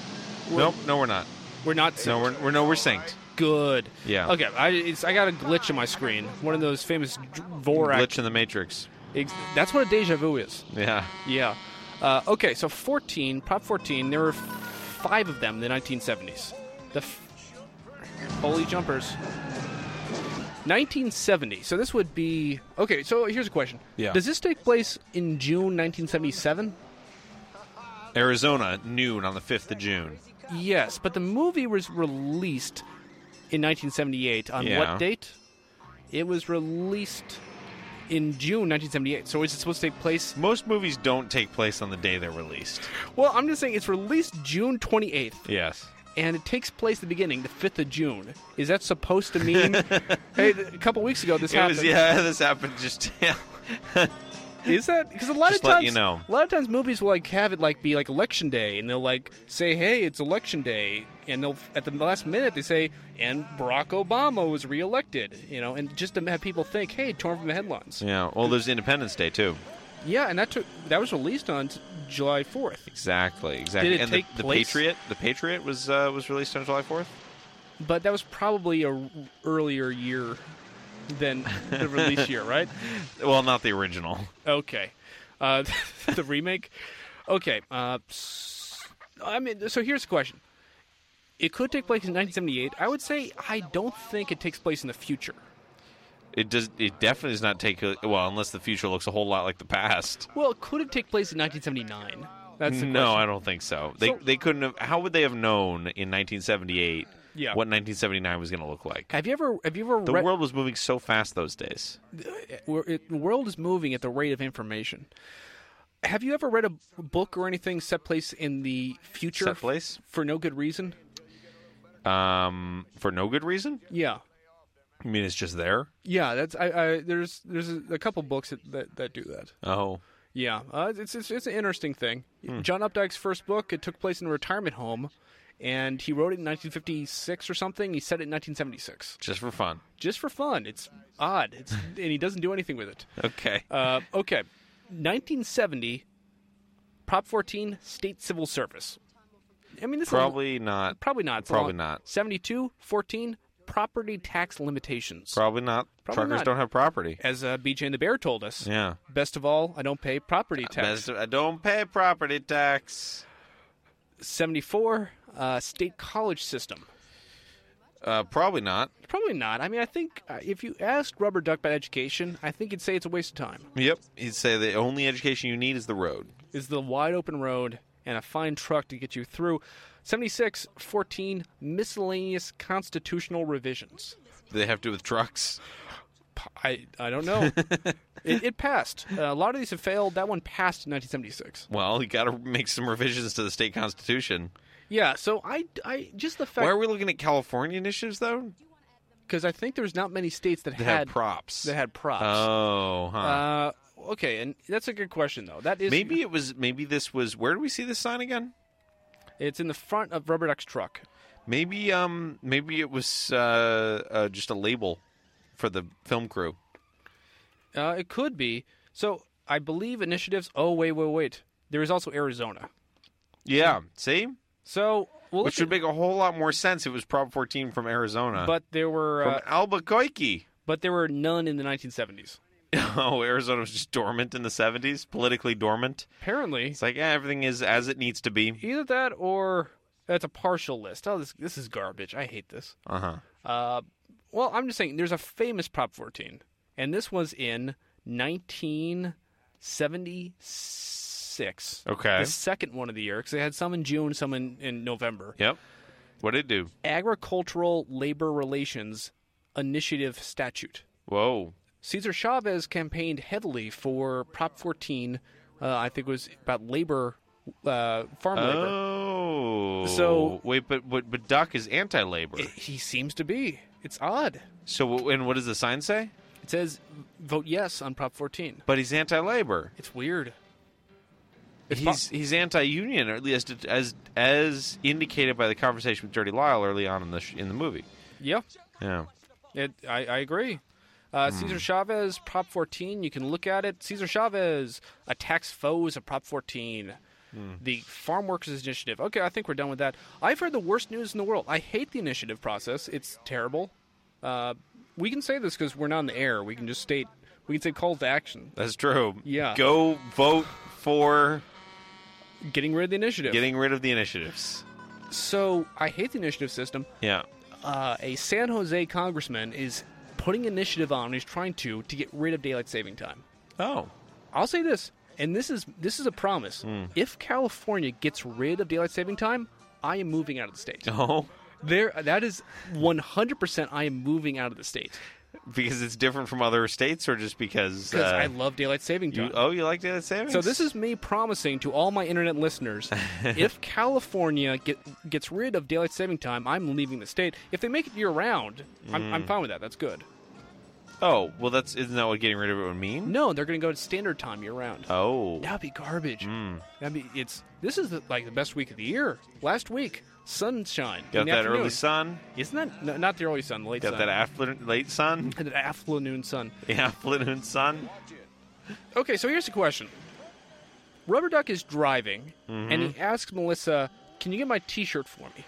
A: nope. No, we're not.
B: we're not. Synced.
A: No, we're, we're no, we're synced.
B: good.
A: Yeah.
B: Okay, I it's, I got a glitch in my screen. One of those famous d- Vorak.
A: Glitch in the matrix.
B: Ex- that's what a deja vu is.
A: Yeah.
B: Yeah. Uh, okay, so 14, Prop 14, there were five of them in the 1970s. The f- holy jumpers. 1970. So this would be okay. So here's a question.
A: Yeah.
B: Does this take place in June 1977?
A: Arizona noon on the fifth of June.
B: Yes, but the movie was released in 1978. On
A: Yeah.
B: what date? It was released in June 1978. So is it supposed to take place
A: Most movies don't take place on the day they're released.
B: Well, I'm just saying it's released June 28th,
A: Yes.
B: and it takes place at the beginning, the 5th of June. Is that supposed to mean? hey, th- a couple weeks ago this
A: It
B: happened.
A: was, yeah, this happened just. Yeah.
B: Is that because a lot
A: Just
B: of
A: let
B: times,
A: you know.
B: a lot of times movies will like have it like be like election day, and they'll like say, "Hey, it's election day," and they'll at the last minute they say, "And Barack Obama was reelected," you know, and just to have people think, "Hey, torn from the headlines." Yeah,
A: Yeah. Well, there's Independence Day too.
B: and that took that was released on t- July 4th.
A: Exactly. Exactly.
B: Did it
A: and
B: take
A: the, the
B: place?
A: Patriot. The Patriot was uh, was released on July fourth.
B: But that was probably a r- earlier year than the release year, right?
A: Well, not the original.
B: Okay, uh, the remake. Okay, uh, s- I mean, so here's the question: It could take place in 1978. I would say I don't think it takes place in the future.
A: It does. It definitely does not take. Well, unless the future looks a whole lot like the past.
B: Well, could it take place in 1979? That's the
A: no,
B: question.
A: I don't think so. They
B: So-
A: they couldn't have. How would they have known in 1978
B: Yeah.
A: what 1979 was going to look like?
B: Have you ever? Have you ever?
A: The
B: read, uh,
A: world was moving so fast those days.
B: where it, the world is moving at the rate of information. Have you ever read a book or anything set place in the future?
A: Set place?
B: for no good reason.
A: Um, for no good reason.
B: Yeah.
A: I mean, it's just there.
B: Yeah, that's I, I there's there's a, a couple books that, that that do that.
A: Oh,
B: Yeah, uh, it's, it's it's an interesting thing.
A: Hmm.
B: John Updike's first book it took place in a retirement home, and he wrote it in 1956 or something. He said it in 1976
A: just for fun.
B: just for fun. It's odd. It's and he doesn't do anything with it.
A: Okay.
B: Uh, okay, 1970, Prop 14, state civil service. I mean, this is a-
A: probably not.
B: probably not. It's a
A: probably
B: long-
A: not.
B: 72, 14, property tax limitations.
A: Probably not.
B: Probably
A: Truckers
B: not.
A: don't have property.
B: As uh, BJ and the Bear told us.
A: Yeah. Uh,
B: Best of all, I don't pay property tax.
A: Best- I don't pay property tax.
B: 74 uh, state college system
A: Uh, probably not.
B: probably not i mean i think uh, if you asked rubber duck about education i think he'd say it's a waste of time
A: Yep. He'd say the only education you need is the road.
B: is the wide open road and a fine truck to get you through 76 14 miscellaneous constitutional revisions
A: Do they have to do with trucks?
B: i, I don't know it, it passed uh, a lot of these have failed that one passed in 1976
A: Well, you got to make some revisions to the state constitution.
B: yeah so i, I just the
A: Why are
B: fact
A: we looking at California initiatives though?
B: because i think there's not many states that
A: They have
B: had
A: props.
B: that had props
A: Oh, huh.
B: uh, okay and that's a good question though that is
A: maybe it was. Maybe this was. Where do we see this sign again?
B: It's in the front of Rubber Duck's truck.
A: Maybe. Um. Maybe it was uh, uh, just a label for the film crew.
B: Uh, it could be. So I believe initiatives. Oh wait, wait, wait. There is also Arizona.
A: Yeah. See,
B: So well,
A: which would make a whole lot more sense. if It was Prop 14 from Arizona,
B: but there were
A: from
B: uh,
A: Albuquerque.
B: but there were none in the 1970s.
A: Oh, Arizona was just dormant in the 70s, politically dormant.
B: Apparently,
A: It's like yeah, everything is as it needs to be.
B: either that or That's a partial list. Oh, this this is garbage. I hate this.
A: Uh huh.
B: Uh, well, I'm just saying there's a famous Prop 14, and this was in 1976.
A: Okay.
B: The second one of the year, because they had some in June, some in, in November.
A: Yep. What did it do?
B: Agricultural Labor Relations Initiative Statute.
A: Whoa.
B: Cesar Chavez campaigned heavily for Prop 14. Uh, I think it was about labor, uh, farm labor.
A: Oh.
B: So-
A: wait, but but, but Duck is anti-labor.
B: It- he seems to be. It's odd.
A: so w- and what does the sign say?
B: It says vote yes on Prop 14.
A: But he's anti-labor.
B: It's weird. It's po-
A: he's he's anti-union, or at least as as indicated by the conversation with Dirty Lyle early on in the sh- in the movie.
B: yeah,
A: Yeah.
B: it, I, I agree. Uh, Cesar Chavez, Prop 14. You can look at it. Cesar Chavez attacks foes of Prop 14. The Farm Workers Initiative. Okay, I think we're done with that. I've heard the worst news in the world. I hate the initiative process. It's terrible. Uh, we can say this because we're not on the air. We can just state. We can say calls to action.
A: That's true.
B: Yeah.
A: Go vote for
B: Getting rid of the initiative.
A: getting rid of the initiatives.
B: so I hate the initiative system.
A: Yeah.
B: uh, a San Jose congressman is putting initiative on. He's trying to to get rid of daylight saving time.
A: Oh.
B: I'll say this, and this is this is a promise. If California gets rid of daylight saving time, I am moving out of the state.
A: Oh.
B: There, that is 100. percent I am moving out of the state
A: Because it's different from other states, or just because?
B: because
A: uh,
B: I love daylight saving time.
A: you, oh, you like daylight savings?
B: So this is me promising to all my internet listeners: if California get, gets rid of daylight saving time, I'm leaving the state. If they make it year round, I'm, I'm fine with that. That's good.
A: Oh, well, that's isn't that what getting rid of it would mean?
B: No, they're going to go to standard time year round.
A: Oh.
B: That'd be garbage.
A: Hmm.
B: That'd be it's. This is the, like the best week of the year. Last week, sunshine. in
A: Got
B: the
A: that
B: afternoon.
A: early sun.
B: Isn't that no, not the early sun, the late
A: Got
B: sun?
A: that afternoon, late sun.
B: that afternoon sun.
A: The afternoon sun.
B: Okay, so here's the question. Rubber Duck is driving, and
A: Mm-hmm.
B: he asks Melissa, "Can you get my T-shirt for me?"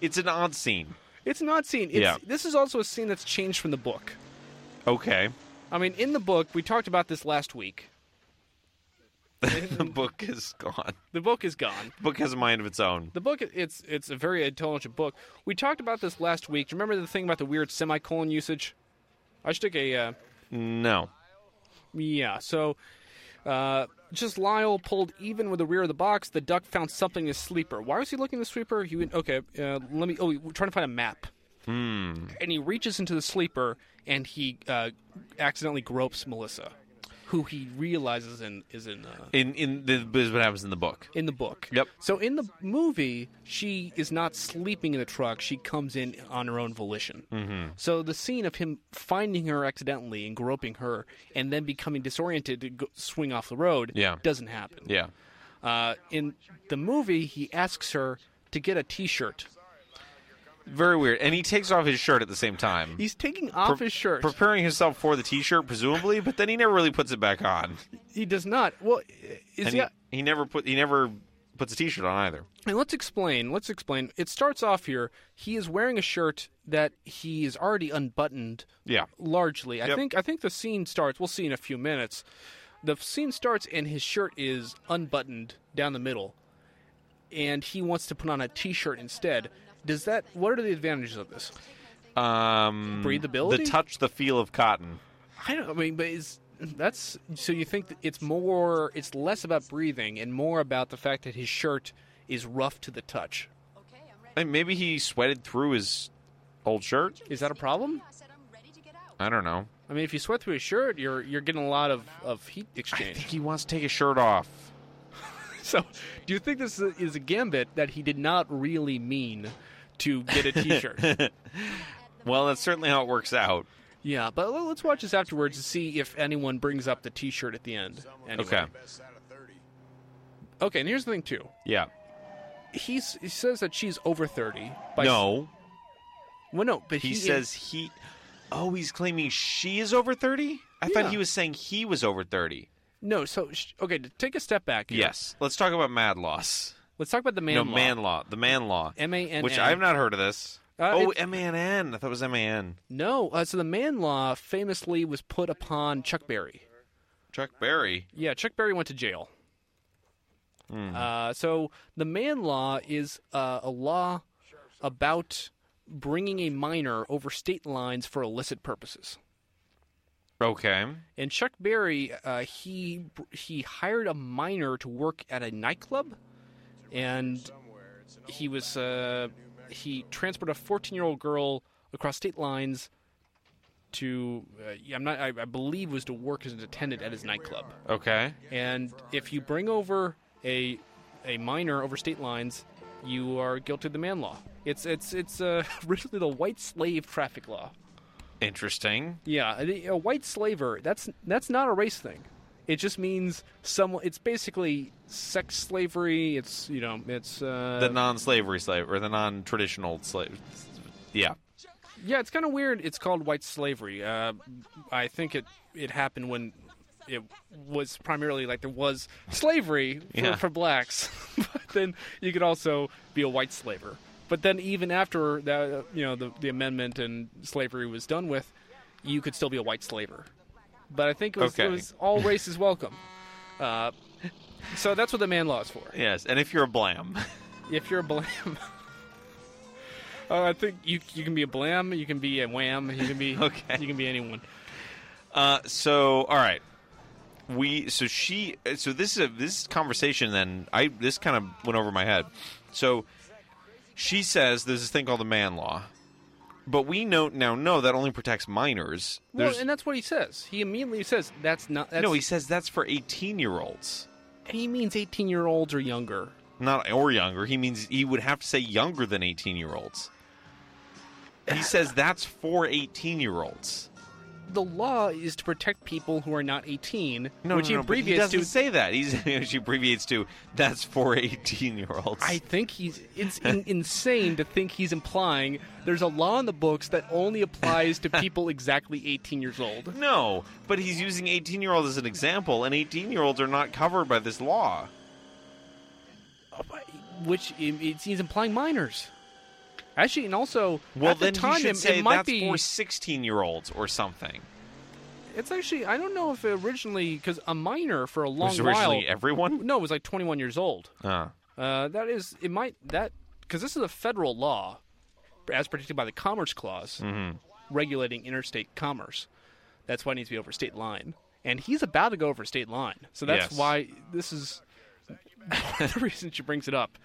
A: It's an odd scene.
B: It's not scene. It's,
A: Yeah.
B: This is also a scene that's changed from the book.
A: Okay.
B: I mean, in the book, we talked about this last week.
A: the book is gone.
B: The book is gone.
A: The book has a mind of its own.
B: The book it's it's a very intelligent book. We talked about this last week. Do you remember the thing about the weird semicolon usage? I should take a uh,
A: No.
B: yeah. So uh, just Lyle pulled even with the rear of the box. The duck found something in his sleeper. Why was he looking in the sleeper? He went okay. Uh, let me. Oh, we're trying to find a map. And he reaches into the sleeper and he uh, accidentally gropes Melissa, who he realizes in is in. Uh,
A: In in the, this is what happens in the book.
B: in the book.
A: Yep.
B: So in the movie, she is not sleeping in the truck. She comes in on her own volition. Mm-hmm. So the scene of him finding her accidentally and groping her and then becoming disoriented to go, swing off the road
A: Yeah.
B: doesn't happen.
A: Yeah.
B: Uh, in the movie, he asks her to get a t shirt.
A: Very weird. And he takes off his shirt at the same time.
B: He's taking off
A: Pre-
B: his shirt.
A: preparing himself for the T-shirt, presumably, but then he never really puts it back on.
B: he does not. Well, is
A: And
B: he,
A: he, he never put he never puts a T-shirt on either.
B: And let's explain. Let's explain. It starts off here. He is wearing a shirt that he is already unbuttoned.
A: Yeah.
B: Largely, I
A: Yep.
B: think. I think the scene starts. We'll see in a few minutes. The scene starts, and his shirt is unbuttoned down the middle, and he wants to put on a T-shirt instead. Does that? What are the advantages of this?
A: Um,
B: Breathability?
A: the touch, the feel of cotton.
B: I don't. I mean, but is that's so? You think that it's more? It's less about breathing and more about the fact that his shirt is rough to the touch.
I: Okay, I'm ready.
A: And maybe he sweated through his old shirt.
B: Is that a problem?
I: I said I'm ready to get out.
A: I don't know.
B: I mean, if you sweat through his shirt, you're you're getting a lot of, of heat
A: I think
B: exchange.
A: he wants to take his shirt off.
B: So, do you think this is a, is a gambit that he did not really mean to get a T-shirt?
A: Well, that's certainly how it works out.
B: yeah, but let- let's watch this afterwards to see if anyone brings up the T-shirt at the end. Anyway.
A: Okay.
B: Okay, and here's the thing too.
A: Yeah.
B: He's, he says that she's over thirty. By
A: no,
B: well, no, but
A: he,
B: he,
A: says he. Oh, he's claiming she is over thirty. I
B: Yeah.
A: thought he was saying he was over thirty.
B: no. So, sh- okay, to take a step back. here,
A: Yes. Let's talk about mad loss.
B: let's talk about the man.
A: no,
B: law.
A: man law. The man law.
B: M.A.N.N..
A: Which I've not heard of this.
B: Uh,
A: oh,
B: it's-
A: M A N N. I thought it was M A N.
B: No, uh, so the man law famously was put upon Chuck Berry.
A: Chuck Berry.
B: Yeah, Chuck Berry went to jail. Uh, so the man law is uh, a law about bringing a minor over state lines for illicit purposes.
A: Okay.
B: And Chuck Berry, uh, he he hired a minor to work at a nightclub, and he was uh, he transported a 14 year old girl across state lines to uh, yeah, I'm not I, I believe was to work as an attendant at his nightclub.
A: Okay.
B: And if you bring over a a minor over state lines, you are guilty of the man law. It's it's it's uh, originally the white slave traffic law.
A: Interesting.
B: Yeah, a a white slaver. That's that's not a race thing. It just means someone. It's basically sex slavery. It's you know, it's uh,
A: The non-slavery slave or the non-traditional slave. Yeah.
B: yeah. It's kind of weird. It's called white slavery. Uh, I think it it happened when it was primarily like there was slavery for,
A: Yeah.
B: for blacks, but then you could also be a white slaver. But then even after that, uh, you know, the the amendment and slavery was done with, you could still be a white slaver. But I think it was,
A: Okay.
B: it was all races welcome. Uh, so that's what the man law is for.
A: Yes. And if you're a blam,
B: If you're a blam, uh, I think you you can be a blam, you can be a wham, you can be
A: Okay.
B: you can be anyone.
A: Uh, so all right, we so she so this is a this conversation then I this kind of went over my head. So she says there's this thing called the man law, but we know now know that only protects minors. There's
B: well, and that's what he says. He immediately says that's not. That's,
A: no, he says that's for 18 year olds,
B: he means eighteen year olds or younger.
A: not or younger. He means he would have to say younger than 18 year olds. He says that's for 18 year olds.
B: The law is to protect people who are not eighteen,
A: No,
B: which
A: no,
B: he
A: no, but he
B: abbreviates
A: doesn't
B: to.
A: say that. He's, she abbreviates to that's for 18 year olds.
B: I think he's. It's in, insane to think he's implying there's a law in the books that only applies to people exactly eighteen years old.
A: No, but he's using 18 year olds as an example, and 18 year olds are not covered by this law.
B: which it, it's, he's implying minors. Actually, and also
A: Well,
B: at the
A: then
B: time
A: you should
B: it,
A: say
B: it might
A: that's
B: be.
A: for 16 year olds or something.
B: It's actually I don't know if originally because a minor for a long
A: Was originally
B: while.
A: everyone?
B: no, it was like 21 years old.
A: Uh,
B: Uh, that is, it might that because this is a federal law, as predicted by the Commerce Clause,
A: Mm-hmm.
B: regulating interstate commerce. That's why it needs to be over state line, and he's about to go over state line, so that's
A: Yes.
B: why this is the reason she brings it up.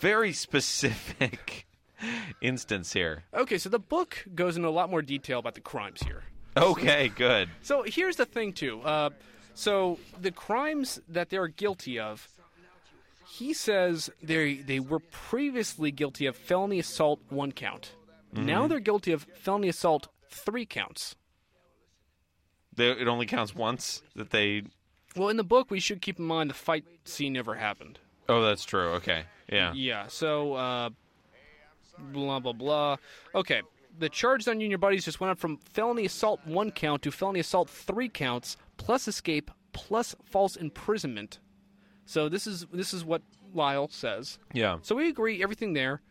A: very specific instance here.
B: Okay, so the book goes into a lot more detail about the crimes here.
A: Okay, good.
B: So here's the thing, too. Uh, so the crimes that they're guilty of, he says they they were previously guilty of felony assault one count. Now they're guilty of felony assault three counts.
A: They, it only counts once that they.
B: Well, in the book, we should keep in mind the fight scene never happened.
A: Oh, that's true. Okay. Yeah.
B: Yeah. So uh, blah blah blah. Okay. The charge on you and your buddies just went up from felony assault one count to felony assault three counts, plus escape, plus false imprisonment. So this is this is what Lyle says.
A: Yeah.
B: So we agree everything there.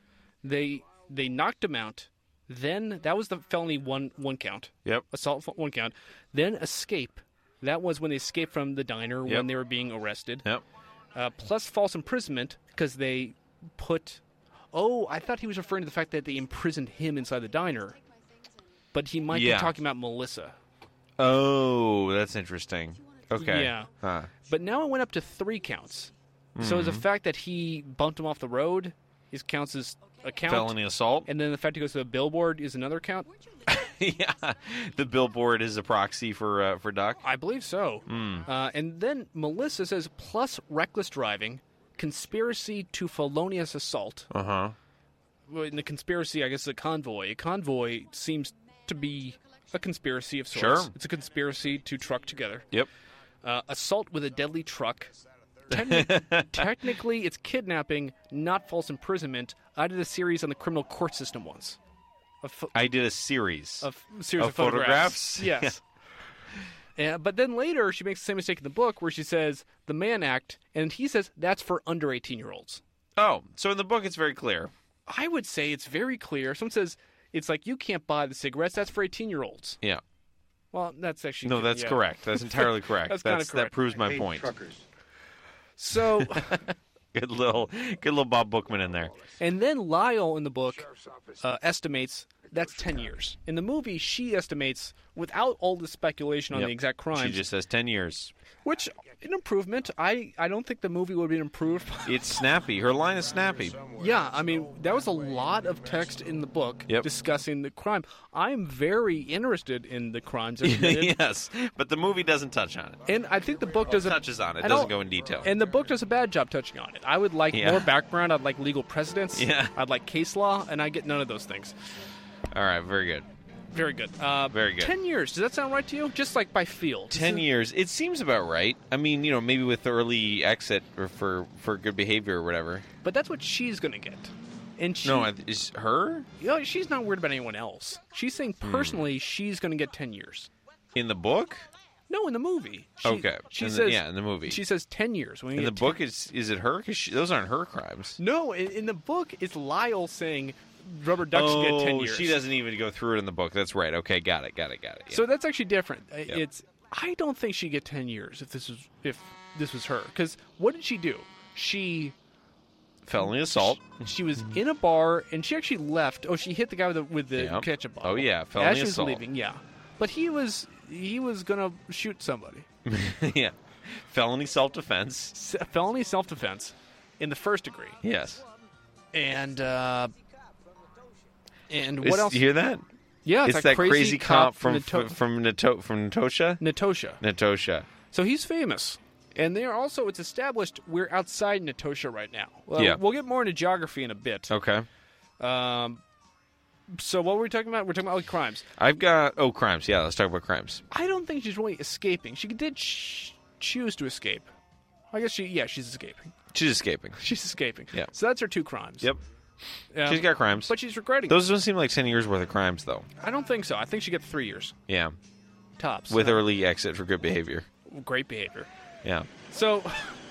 B: They they knocked him out. Then that was the felony one one count
A: Yep.
B: assault fo- one count. Then escape. That was when they escaped from the diner
A: Yep.
B: when they were being arrested
A: Yep.
B: uh, plus false imprisonment because they put. Oh, I thought he was referring to the fact that they imprisoned him inside the diner, but he might
A: Yeah.
B: be talking about Melissa.
A: Oh, that's interesting. Okay.
B: Yeah.
A: Huh.
B: But now it went up to three counts. So
A: Mm-hmm.
B: the fact that he bumped him off the road is counts as a count,
A: Felony assault.
B: and then the fact he goes to a billboard is another count.
A: yeah. The billboard is a proxy for uh, for Doc.
B: I believe so.
A: Mm.
B: Uh, and then Melissa says plus reckless driving, conspiracy to felonious assault.
A: Uh huh.
B: well, in the conspiracy, I guess the convoy. A convoy seems to be a conspiracy of sorts.
A: Sure.
B: It's a conspiracy to truck together.
A: Yep.
B: Uh, assault with a deadly truck. Techni- technically, it's kidnapping, not false imprisonment. I did a series on the criminal court system once. A, pho-
A: I did a series.
B: a f- series
A: Of
B: of, photographs.
A: photographs?
B: Yes. Yeah, but then later she makes the same mistake in the book where she says the Mann Act, and he says that's for under eighteen year olds.
A: oh, so in the book it's very clear.
B: I would say it's very clear. Someone says it's like you can't buy the cigarettes. That's for eighteen-year-olds.
A: Yeah.
B: Well, that's actually
A: No, that's
B: yeah.
A: correct. That's entirely correct.
B: That's kinda
A: that's that
B: correct.
A: proves my
J: Hate
A: point.
J: Truckers.
B: So,
A: Good little, good little Bob Bookman in there.
B: and then Lyle in the book uh, estimates that's 10 years. In the movie, she estimates, without all the speculation on
A: Yep.
B: the exact
A: She
B: crimes,
A: just says ten years.
B: which, an improvement. I, I don't think the movie would be improved.
A: It's snappy. Her line is snappy.
B: yeah, I mean, that was a lot of text in the book
A: Yep.
B: discussing the crime. I'm very interested in the crimes that are committed.
A: yes, but the movie doesn't touch on it.
B: And I think the book does a,
A: touches on it,
B: I
A: doesn't
B: don't-
A: go in detail.
B: And the book does a bad job touching on it. I would like
A: Yeah.
B: more background. I'd like legal precedents.
A: Yeah.
B: I'd like case law, and I get none of those things.
A: All right, very good.
B: Very good. Uh,
A: Very good.
B: Ten years. Does that sound right to you? Just like by feel. This
A: Ten
B: is-
A: years. It seems about right. I mean, you know, maybe with early exit or for for good behavior or whatever.
B: But that's what she's gonna get. And she,
A: No, I- is her
B: you know, she's not worried about anyone else. She's saying
A: Hmm.
B: personally, she's gonna get ten years.
A: in the book?
B: No, in the movie. She,
A: Okay.
B: She
A: In the-
B: says,
A: yeah, in the movie.
B: She says ten years. When we
A: In the
B: get 10
A: book, is is it her? Because those aren't her crimes.
B: No, in, in the book, it's Lyle saying, "Rubber ducks get ten years."
A: Oh, she doesn't even go through it in the book. That's right. Okay, got it, got it, got it. yeah.
B: So that's actually different. I- It's I don't think she'd get ten years if this was if this was her. Because what did she do? She
A: felony assault.
B: she was in a bar and she actually left. Oh, she hit the guy with the, with the
A: Yeah.
B: ketchup bottle.
A: Oh, yeah,
B: as
A: felony
B: she was
A: assault.
B: leaving. Yeah, but he was he was gonna shoot somebody.
A: yeah, felony self defense.
B: S- felony self defense in the first degree.
A: Yes.
B: And uh, and what
A: Is-
B: else?
A: You hear that?
B: yeah, it's,
A: it's
B: like
A: that crazy, cop, from
B: Nato-
A: from Nato- from Natosha.
B: Natosha.
A: Natosha.
B: So he's famous. And there also, it's established we're outside Natosha right now. Well,
A: Yeah.
B: We'll get more into geography in a bit.
A: Okay.
B: Um, so what were we talking about? We're talking about like, crimes.
A: I've got oh crimes. Yeah, let's talk about crimes.
B: I don't think she's really escaping. She did ch- choose to escape. I guess she, yeah, she's escaping.
A: She's escaping.
B: She's escaping.
A: Yeah.
B: So that's her two crimes.
A: Yep.
B: Um,
A: She's got crimes.
B: But she's regretting.
A: Those don't seem like ten years worth of crimes, though.
B: it. I don't think so. I think she gets three years
A: Yeah,
B: tops.
A: with early exit for good behavior.
B: great behavior.
A: Yeah,
B: So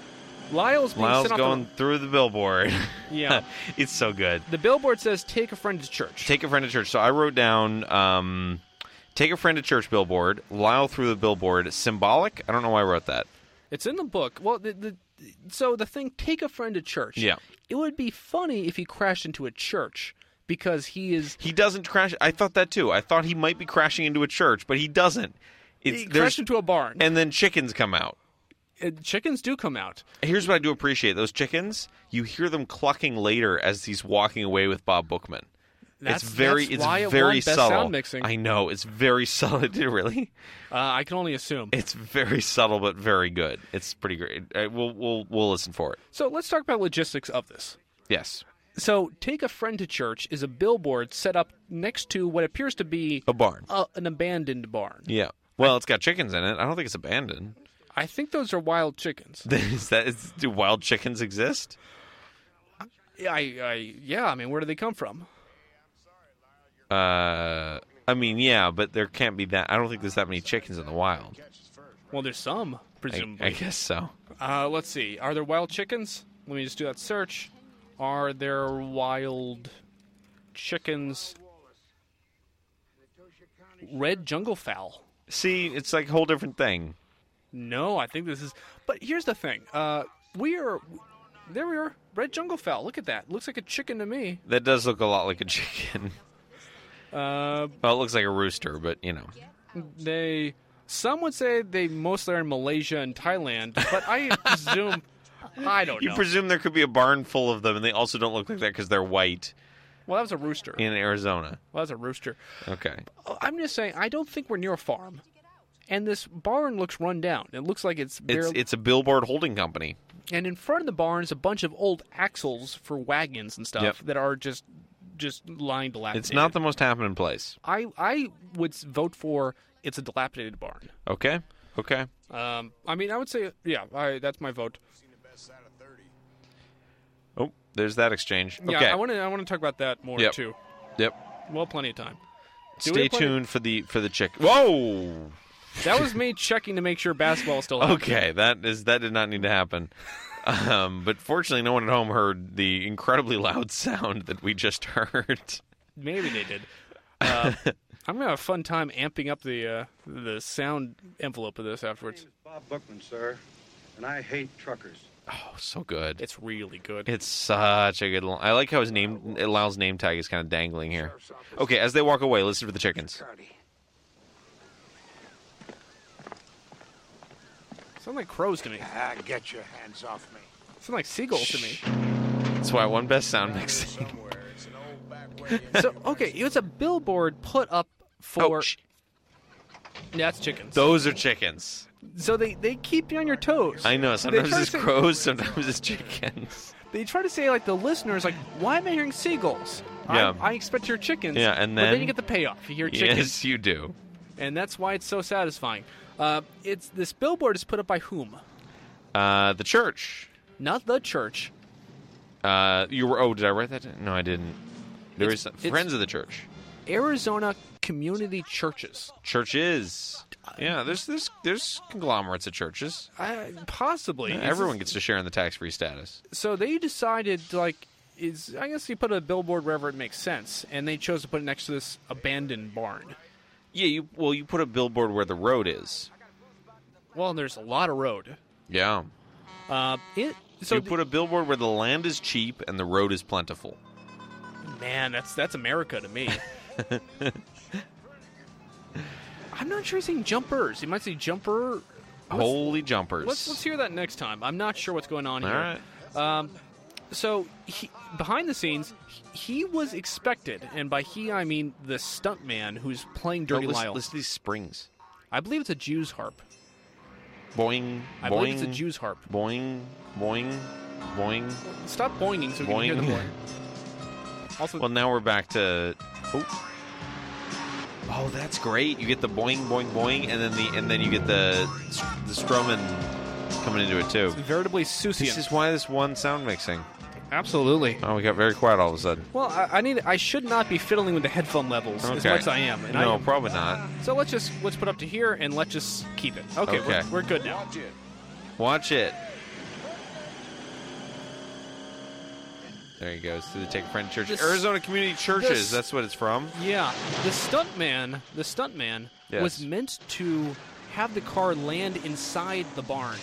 B: Lyle's being
A: Lyle's
B: sent off.
A: going through the billboard.
B: the, yeah.
A: it's so good.
B: the billboard says, "Take a friend to church."
A: Take a friend to church. So I wrote down. Um, Take a friend to church billboard. Lyle through the billboard. Symbolic. I don't know why I wrote that.
B: It's in the book. Well, the, the so the thing, take a friend to church.
A: Yeah.
B: It would be funny if he crashed into a church because he is.
A: He doesn't crash. I thought that too. I thought he might be crashing into a church, but he doesn't. It's,
B: He
A: there's-
B: crashed into a barn.
A: and then chickens come out.
B: And chickens do come out.
A: Here's what I do appreciate: those chickens. You hear them clucking later as he's walking away with Bob Bookman.
B: That's
A: it's very,
B: that's
A: it's
B: why it
A: very
B: won best
A: subtle.
B: sound mixing.
A: I know it's very subtle. Did it really?
B: uh, I can only assume.
A: It's very subtle, but very good. It's pretty great. Uh, We'll we'll we'll listen for it.
B: So let's talk about logistics of this.
A: Yes,
B: So, take a friend to church is a billboard set up next to what appears to be
A: a barn.
B: a, an abandoned barn.
A: yeah. Well, it's got chickens in it. I don't think it's abandoned.
B: I think those are wild chickens.
A: Is that is, do wild chickens exist?
B: I, I, yeah. I mean, where do they come from?
A: Uh, I mean, yeah, but there can't be that. I don't think there's that many chickens in the wild.
B: Well, there's some
A: I,
B: presumably.
A: I guess so.
B: Uh, let's see. Are there wild chickens? Let me just do that search. Are there wild chickens? Red jungle fowl.
A: See, it's like a whole different thing.
B: No, I think this is. But here's the thing. Uh, we are. There we are. Red jungle fowl. Look at that. Looks like a chicken to me.
A: That does look a lot like a chicken.
B: Uh,
A: Well, it looks like a rooster, but you know.
B: they. Some would say they mostly are in Malaysia and Thailand, but I presume. I don't
A: You
B: know.
A: presume there could be a barn full of them, and they also don't look like that because they're white
B: well, that was a rooster.
A: in Arizona.
B: Well, that was a rooster.
A: Okay.
B: Oh, I'm just saying, I don't think we're near a farm. And this barn looks run down. It looks like it's
A: It's,
B: barely.
A: it's a billboard holding company.
B: and in front of the barn is a bunch of old axles for wagons and stuff
A: Yep.
B: that are just just lying dilapidated.
A: It's not the most happening place.
B: I I would s- vote for it's a dilapidated barn.
A: Okay? Okay.
B: Um, I mean, I would say yeah. I, that's my vote.
A: Oh, there's that exchange.
B: Yeah,
A: okay.
B: I want to I want to talk about that more
A: Yep.
B: too.
A: yep.
B: Well, plenty of time. Do we
A: Stay
B: have plenty-
A: tuned for the for the chick. Whoa.
B: That was me checking to make sure basketball is still happening.
A: Okay, that is that did not need to happen. Um, but fortunately, no one at home heard the incredibly loud sound that we just heard.
B: Maybe they did. Uh, I'm gonna have a fun time amping up the uh, the sound envelope of this afterwards.
J: Bob Bookman, sir, and I hate truckers.
A: Oh, so good. It's,
B: It's really good.
A: such a good line. I like how his name, Lyle's name tag is kind of dangling here. Okay, as they walk away, listen for the chickens.
B: Sound like crows to me.
H: Ah, get your hands off me.
B: Sound like seagulls to me.
A: That's why one best sound mixing.
H: Somewhere, it's an old back way.
B: So okay, it was a billboard put up for.
A: Oh, sh-
B: yeah, it's chickens.
A: those are chickens.
B: so they they keep you on your toes.
A: I know. Sometimes
B: try to
A: it's
B: say-
A: crows, sometimes it's chickens.
B: They try to say like the listeners like, why am I hearing seagulls? I-
A: Yeah.
B: I, expect your chickens.
A: Yeah, and
B: but then
A: then-
B: you get the payoff. You hear chickens,
A: Yes, you do.
B: and that's why it's so satisfying. Uh, it's this billboard is put up by whom?
A: Uh, the church.
B: Not the church.
A: Uh, you were. Oh, did I write that? down? No, I didn't. There
B: It's-
A: is
B: it's-
A: friends of the church.
B: Arizona Community Churches.
A: Churches. Yeah, there's there's there's conglomerates of churches.
B: Uh, possibly.
A: Yeah,
B: It's-
A: everyone gets to share in the tax-free status.
B: So they decided, like, is I guess you put a billboard wherever it makes sense, and they chose to put it next to this abandoned barn.
A: Yeah, you well, you put a billboard where the road is.
B: Well, and there's a lot of road.
A: Yeah.
B: Uh, it so
A: you put a billboard where the land is cheap and the road is plentiful.
B: the- man, that's that's America to me. I'm not sure he's saying jumpers. He might say jumper.
A: Holy jumpers.
B: Let's let's hear that next time. I'm not sure what's going on
A: All
B: here.
A: right.
B: So he, behind the scenes, he, he was expected, and by he I mean the stuntman who's playing
A: Oh,
B: Dirty
A: listen,
B: Lyle.
A: listen to these springs.
B: I believe it's a Jew's harp.
A: Boing.
B: I
A: boing.
B: believe it's a Jew's harp.
A: Boing. Boing. Boing.
B: Stop boinging so we can hear the
A: Boing.
B: boing. Also,
A: Well, now we're back to. Oh. Oh, that's great! You get the boing, boing, boing, and then the and then you get the the Stroman coming into it too.
B: veritably Susian.
A: This is why this one sound mixing.
B: absolutely.
A: Oh, we got very quiet all of a sudden.
B: Well, I, I need. I should not be fiddling with the headphone levels as
A: Okay.
B: much as I am. And I
A: no,
B: am-
A: probably not.
B: so let's just let's put up to here and let's just keep it. Okay,
A: Okay.
B: We're, we're good now.
A: Watch it. There he goes through the Take a Friend Church,
B: This-
A: Arizona Community Churches.
B: this-
A: that's what it's from.
B: Yeah, the stuntman, the stuntman
A: Yes.
B: was meant to have the car land inside the barn.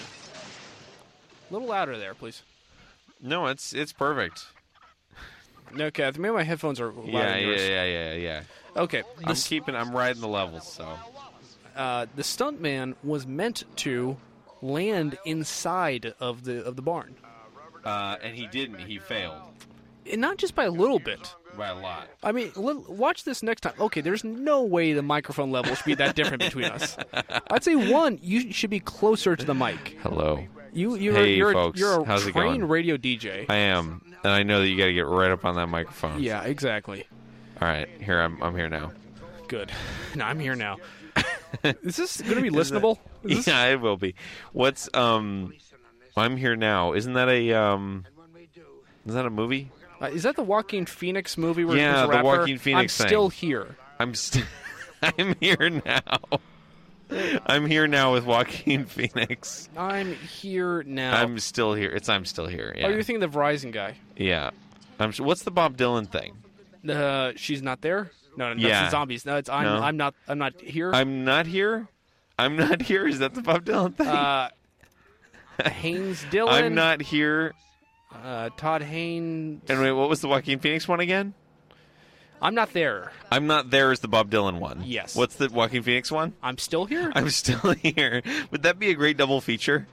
B: A little louder there, please.
A: No, it's it's perfect.
B: Okay, maybe my headphones are louder
A: Yeah,
B: than
A: yeah,
B: yours.
A: yeah, yeah, yeah.
B: Okay, the
A: I'm keeping. I'm riding the levels. So
B: uh, the stuntman was meant to land inside of the of the barn,
A: Uh, and he didn't. He failed
B: and not just by a little bit.
A: by a lot.
B: I mean, li- watch this next time. Okay, there's no way the microphone level should be that different between us. I'd say one, you should be closer to the mic.
A: Hello,
B: You, you're
A: Hey,
B: you're
A: folks.
B: a, you're a
A: How's it
B: trained
A: going?
B: radio DJ.
A: I am, and I know that you got to get right up on that microphone.
B: yeah, exactly.
A: All right, here I'm. I'm here now.
B: Good. No, I'm here now. Is this going to be listenable? Is this-
A: Yeah, it will be. What's um? I'm here now. Isn't that a um? Is that a movie?
B: uh, is that the Walking Phoenix movie? Where
A: Yeah,
B: he's a
A: the
B: rapper?
A: Joaquin Phoenix
B: I'm
A: thing.
B: still here.
A: I'm st- I'm here now. I'm here now with Joaquin Phoenix.
B: I'm here now.
A: I'm still here. It's I'm still here. Yeah.
B: Oh, you're thinking the Verizon guy.
A: yeah. I'm. s- What's the Bob Dylan thing?
B: Uh, she's not there. No, no, no
A: Yeah.
B: it's zombies. No, it's I'm.
A: No.
B: I'm not. I'm not here.
A: I'm not here. I'm not here. Is that the Bob Dylan thing?
B: uh, Haynes Dillon.
A: I'm not here.
B: Uh, Todd Haynes.
A: And wait, what was the Joaquin Phoenix one again?
B: I'm not there.
A: I'm not there is the Bob Dylan one.
B: Yes.
A: What's the Joaquin Phoenix one?
B: I'm still here.
A: I'm still here. Would that be a great double feature?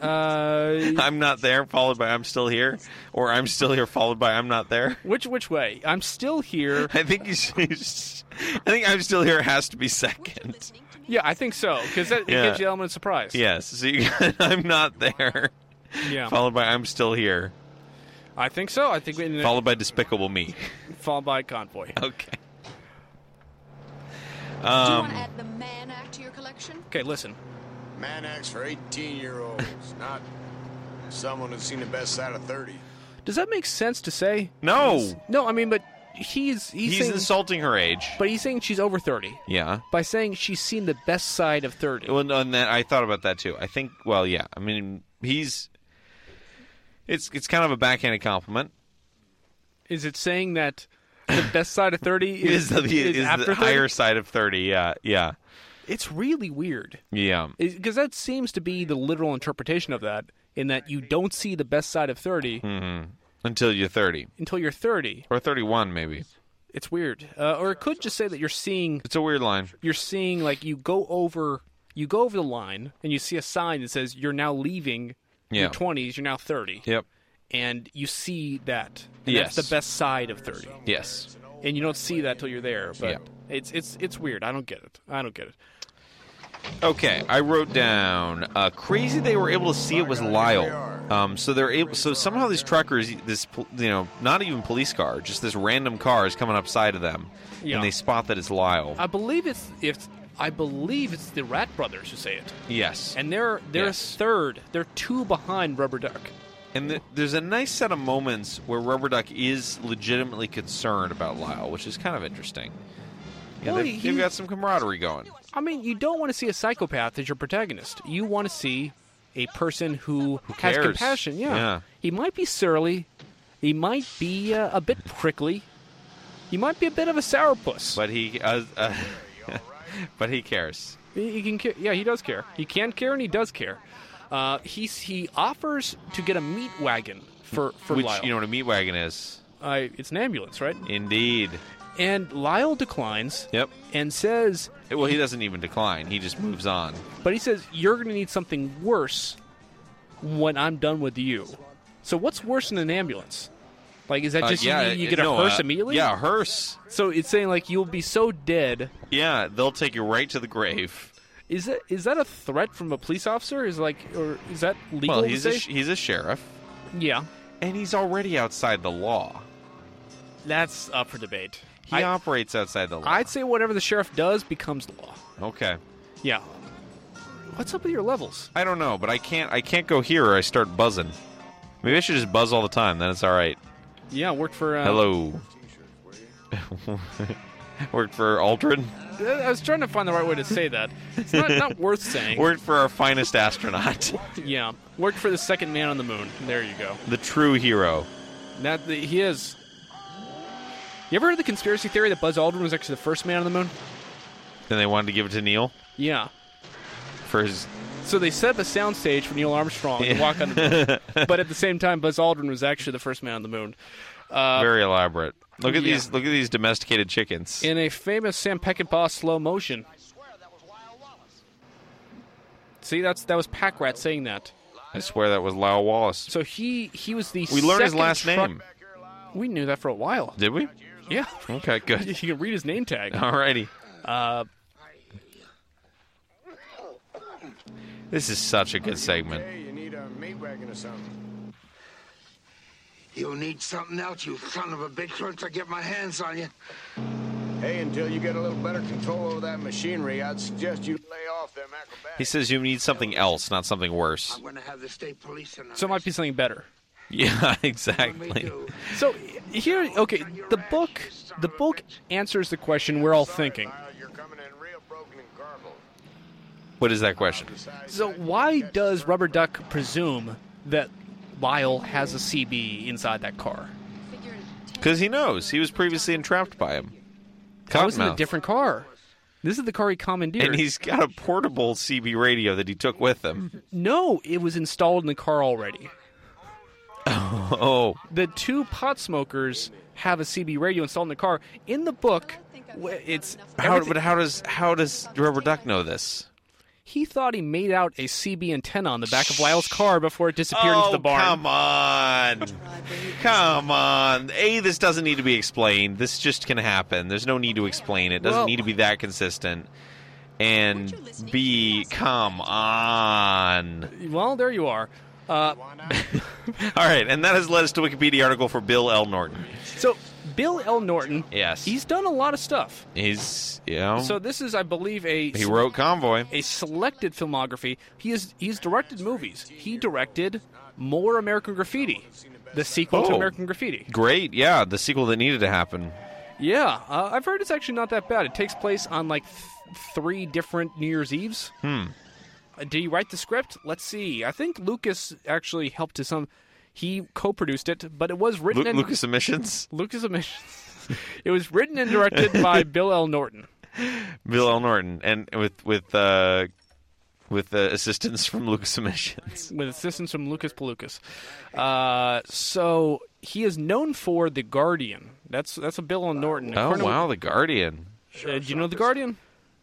B: Uh,
A: I'm not there, followed by I'm still here, or I'm still here, followed by I'm not there.
B: which which way? I'm still here.
A: I think you should, I think I'm still here has to be second.
B: Yeah, I think so because that it
A: Yeah.
B: gives you an element of surprise.
A: Yes. So you got I'm not there,
B: yeah.
A: followed by I'm still here,
B: I think so. I think we and then
A: followed by Despicable Me.
B: followed by convoy.
A: Okay.
I: Do you want
A: Um,
I: to add the man act to your collection?
B: Okay, listen.
H: Man acts for 18 year olds, not someone who's seen the best side of 30.
B: Does that make sense to say?
A: no,
B: No, I mean, but he's he's,
A: he's
B: saying,
A: insulting her age.
B: but he's saying she's over thirty
A: Yeah.
B: by saying she's seen the best side of thirty.
A: Well, no, and that I thought about that too. I think. Well, yeah. I mean, he's. It's it's kind of a backhanded compliment.
B: Is it saying that the best side of 30
A: It
B: is,
A: is the, it
B: is
A: is
B: after
A: the
B: 30?
A: higher side of thirty. Yeah, yeah,
B: It's really weird
A: yeah.
B: because that seems to be the literal interpretation of that in that you don't see the best side of 30
A: Mm-hmm. Until you're 30
B: until you're 30.
A: or 31, maybe.
B: It's weird. Uh, or it could just say that you're seeing
A: It's a weird line.
B: you're seeing like you go over you go over the line and you see a sign that says you're now leaving
A: Yeah.
B: your 20s, you're now 30.
A: Yep.
B: And you see that. And
A: Yes.
B: That's the best side of 30.
A: Yes.
B: And you don't see that till you're there, but
A: Yeah.
B: it's it's it's weird. I don't get it. I don't get it.
A: Okay, I wrote down. Uh, crazy they were able to see it was Lyle. Um, so they're able. So somehow these truckers, this pol- you know, not even police car, just this random car is coming up side of them,
B: Yeah.
A: and they spot that it's Lyle.
B: I believe it's it's I believe it's the Rat Brothers who say it.
A: yes, and,
B: And they're they're
A: Yes.
B: third. They're two behind Rubber Duck.
A: th- there's a nice set of moments where Rubber Duck is legitimately concerned about Lyle, which is kind of interesting. Yeah,
B: Well,
A: they've,
B: he-
A: they've got some camaraderie going.
B: I mean, you don't want to see a psychopath as your protagonist. You want to see a person who, has
A: cares?
B: compassion. Yeah.
A: Yeah.
B: He might be surly. He might be uh, a bit prickly. He might be a bit of a sourpuss.
A: But he, uh, uh, but he cares.
B: He, he can, care. yeah, he does care. He can care, and he does care. Uh, he he offers to get a meat wagon for for
A: Which
B: Lyle.
A: you know what a meat wagon is,
B: I, it's an ambulance, right?
A: indeed.
B: And Lyle declines.
A: Yep.
B: And says,
A: Well, he doesn't even decline. He just moves on.
B: But he says, You're going to need something worse when I'm done with you. So, what's worse than an ambulance? Like, is that
A: Uh,
B: just you-
A: yeah,
B: you,
A: it-
B: get
A: no,
B: a
A: uh,
B: hearse immediately?
A: Yeah, a hearse.
B: So, it's saying, like, you'll be so dead.
A: Yeah, they'll take you right to the grave.
B: Is that is that a threat from a police officer? Is like, or is that legal?
A: Well,
B: to
A: he's a,
B: say?
A: sh- he's a sheriff,
B: yeah.
A: and he's already outside the law.
B: That's up for debate.
A: He
B: I,
A: operates outside the law.
B: I'd say whatever the sheriff does becomes law.
A: okay,
B: Yeah. What's up with your levels?
A: I don't know, but I can't. I can't go here, or I start buzzing. Maybe I should just buzz all the time. Then it's all right.
B: Yeah, worked for. Uh,
A: Hello. Worked for Aldrin.
B: I was trying to find the right way to say that. It's not, not worth saying.
A: Worked for our finest astronaut,
B: Yeah, worked for the second man on the moon. There you go.
A: the true hero.
B: That the, he is. You ever heard of the conspiracy theory that Buzz Aldrin was actually the first man on the moon?
A: Then they wanted to give it to Neil
B: Yeah.
A: for his.
B: So they set up a soundstage for Neil Armstrong to walk on the moon, but at the same time, Buzz Aldrin was actually the first man on the moon.
A: Very elaborate. Look at
B: Uh, yeah.
A: these. Look at these domesticated chickens.
B: In a famous Sam Peckinpah slow motion. See, that's that was Pack Rat saying that.
A: I swear that was Lyle Wallace.
B: So he he was the
A: We learned his
B: second
A: last
B: truck-
A: name.
B: We knew that for a while.
A: Did we?
B: Yeah,
A: Okay,
B: you
A: good.
B: can read his name tag.
A: Alrighty.
B: Uh,
A: this is such a good segment.
H: Hey, you need a meat wagon or something.
K: You'll need something else, you son of a bitch, once I get my hands on you.
H: Hey, until you get a little better control over that machinery, I'd suggest you lay off them acrobatics.
A: He says you need something else, not something worse.
K: I'm gonna have the state police in on
B: So it might be
K: this.
B: something better.
A: Yeah,
K: When we
A: exactly.
K: do,
B: So here, okay, the book, the book answers the question we're all thinking.
H: Lyle, you're coming in real broken and garbled.
A: What is that question?
H: Besides
B: So
H: that, you
B: why
H: catch
B: does
H: the
B: Rubber Duck presume that Lyle has a CB inside that car?
A: Because he knows he was previously entrapped by him.
B: That was in a
A: Cottonmouth.
B: different car. This is the car he commandeered.
A: And he's got a portable CB radio that he took with him.
B: no, it was installed in the car already.
A: Oh,
B: The two pot smokers have a CB radio installed in the car. In the book, wh- it's
A: how,
B: everything-
A: but how does how does Rubber Duck know this?
B: he thought he made out a CB antenna on the back of Lyle's car before it disappeared into the barn.
A: Oh, come on. Come on. A, this doesn't need to be explained. This just can happen. There's no need to explain it. Doesn't
B: Well-
A: need to be that consistent. And B, come on.
B: Well, there you are. Uh,
A: All right, and that has led us to a Wikipedia article for Bill L. Norton.
B: so Bill L. Norton,
A: Yes.
B: he's done a lot of stuff.
A: He's, you know,
B: So this is, I believe, a
A: he wrote Convoy.
B: a selected filmography. He is he's directed movies. He directed More American Graffiti, the sequel to
A: Oh.
B: American Graffiti.
A: Great, yeah, the sequel that needed to happen.
B: Yeah, uh, I've heard it's actually not that bad. It takes place on like th- three different New Year's Eves. Hmm. did he write the script? Let's see. I think Lucas actually helped to some. He co-produced it, but it was
A: Lu-
B: written in
A: Lucas Emissions,
B: Lucas Emissions. it was written and directed by Bill L. Norton.
A: Bill L. Norton, and with with uh, with uh, assistance from Lucas Emissions.
B: with assistance from Lucas Palucas. Uh, so he is known for The Guardian. That's that's a Bill and Norton.
A: Oh
B: According to-
A: wow, the Guardian.
B: Uh, do you know The Guardian?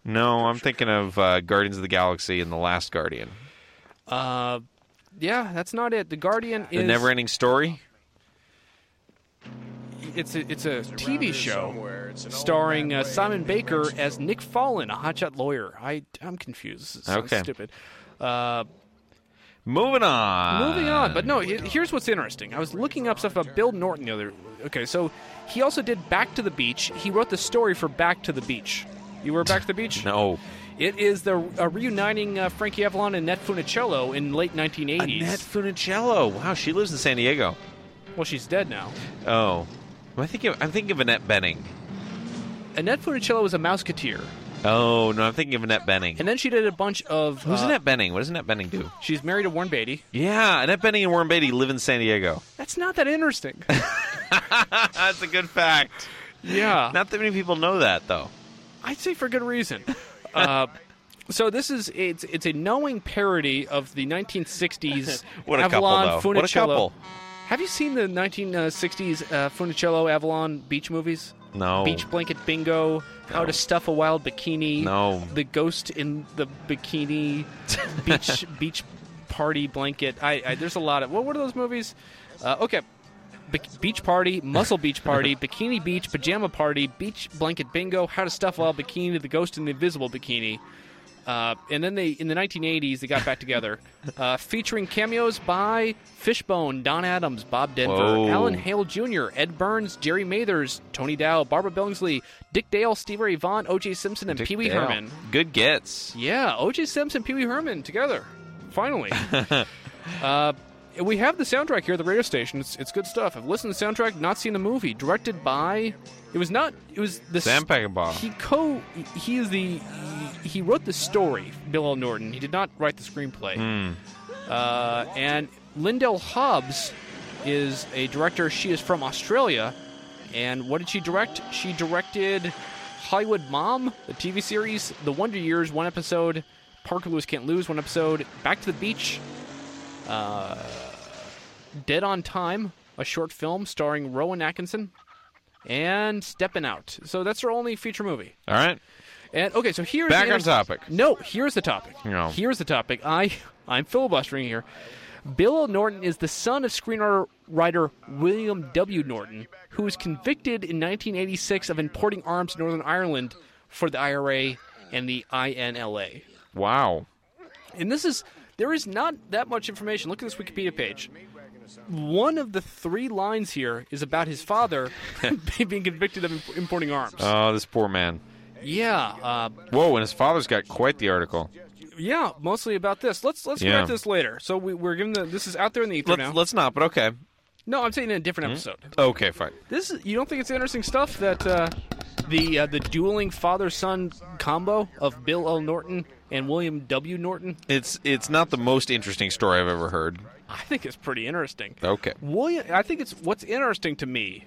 A: No, I'm thinking of uh, Guardians of the Galaxy and the Last Guardian.
B: Uh, yeah, that's not it. The Guardian
A: The
B: is
A: Never-Ending Story.
B: it's a, it's a TV
H: somewhere.
B: show
H: It's an old
B: starring
H: bad
B: uh,
H: way.
B: Simon Baker as Nick Fallon, a hotshot lawyer. I I'm confused. This sounds
A: Okay.
B: stupid. Uh,
A: Moving on.
B: Moving on, but no. he- Here's what's interesting. I was looking up stuff about Bill Norton the other. Okay, so he also did Back to the Beach. He wrote the story for Back to the Beach. You were Back to the Beach?
A: No.
B: It is the uh, reuniting uh, Frankie Avalon and Nat Funicello in late 1980s.
A: Annette Funicello. Wow, she lives in San Diego.
B: Well, she's dead now.
A: Oh, am I thinking? I'm thinking of Annette Benning.
B: Annette Funicello was a Mouseketeer,
A: Oh no, I'm thinking of Annette Benning.
B: and then she did a bunch of.
A: Who's
B: uh,
A: Annette Benning? What does Annette Benning do?
B: She's married to Warren Beatty.
A: Yeah, Annette Benning and Warren Beatty live in San Diego.
B: That's not that interesting.
A: That's a good fact.
B: yeah.
A: Not that many people know that though.
B: I'd say for good reason. Uh, so this is it's it's a knowing parody of the 1960s
A: What a
B: Avalon
A: couple though. What a
B: Funicello.
A: couple.
B: Have you seen the 1960s uh, Funicello Avalon beach movies?
A: No.
B: Beach Blanket Bingo, How to Stuff a Wild Bikini,
A: No.
B: The Ghost in the Bikini, Beach Beach Party Blanket. I, I there's a lot of what what are those movies? Uh, okay. Bi- beach Party, Muscle Beach Party, Bikini Beach, Pajama Party, Beach Blanket Bingo, How to Stuff a Wild Bikini, The Ghost in the Invisible Bikini. Uh, and then they, in the 1980s, they got back together, uh, featuring cameos by Fishbone, Don Adams, Bob Denver,
A: Whoa.
B: Alan Hale Jr., Ed Burns, Jerry Mathers, Tony Dow, Barbara Billingsley, Dick Dale, Steve Ray Vaughan, O.J. Simpson, and
A: Dick
B: Pee Wee
A: Dale.
B: Herman.
A: Good gets.
B: Yeah, O.J. Simpson, Pee Wee Herman together, finally. uh, we have the soundtrack here at the radio station. It's, it's good stuff. I've listened to the soundtrack, not seen the movie. Directed by, it was not. It was the
A: Sam
B: s-
A: Peckinpah.
B: He co. He is the. He wrote the story. Bill L. Norton. He did not write the screenplay.
A: Hmm.
B: Uh, and Lindell Hobbs is a director. She is from Australia. And what did she direct? She directed Hollywood Mom, the TV series, The Wonder Years, one episode, Parker Lewis Can't Lose, one episode, Back to the Beach, uh, Dead on Time, a short film starring Rowan Atkinson, and Steppin' Out. So that's her only feature movie.
A: All right.
B: And okay, so here's
A: Back
B: the
A: on topic.
B: No, here's the topic.
A: No.
B: Here's the topic. I I'm filibustering here. Bill Norton is the son of screenwriter writer William W. Norton, who was convicted in 1986 of importing arms to Northern Ireland for the IRA and the INLA.
A: Wow.
B: And this is there is not that much information. Look at this Wikipedia page. One of the three lines here is about his father being convicted of imp- importing arms.
A: Oh, this poor man.
B: yeah, uh,
A: Whoa, and his father's got quite the article.
B: yeah, mostly about this. Let's let's
A: Yeah.
B: get this later. So we, we're giving the this is out there in the ether now.
A: Let's, Hmm? let's not, but okay.
B: no, I'm saying in a different episode.
A: Okay, fine.
B: This is, you don't think it's interesting stuff that uh, the uh, the dueling father son combo of Bill L. Norton and William W. Norton.
A: It's it's not the most interesting story I've ever heard.
B: I think it's pretty interesting.
A: Okay.
B: William, I think it's what's interesting to me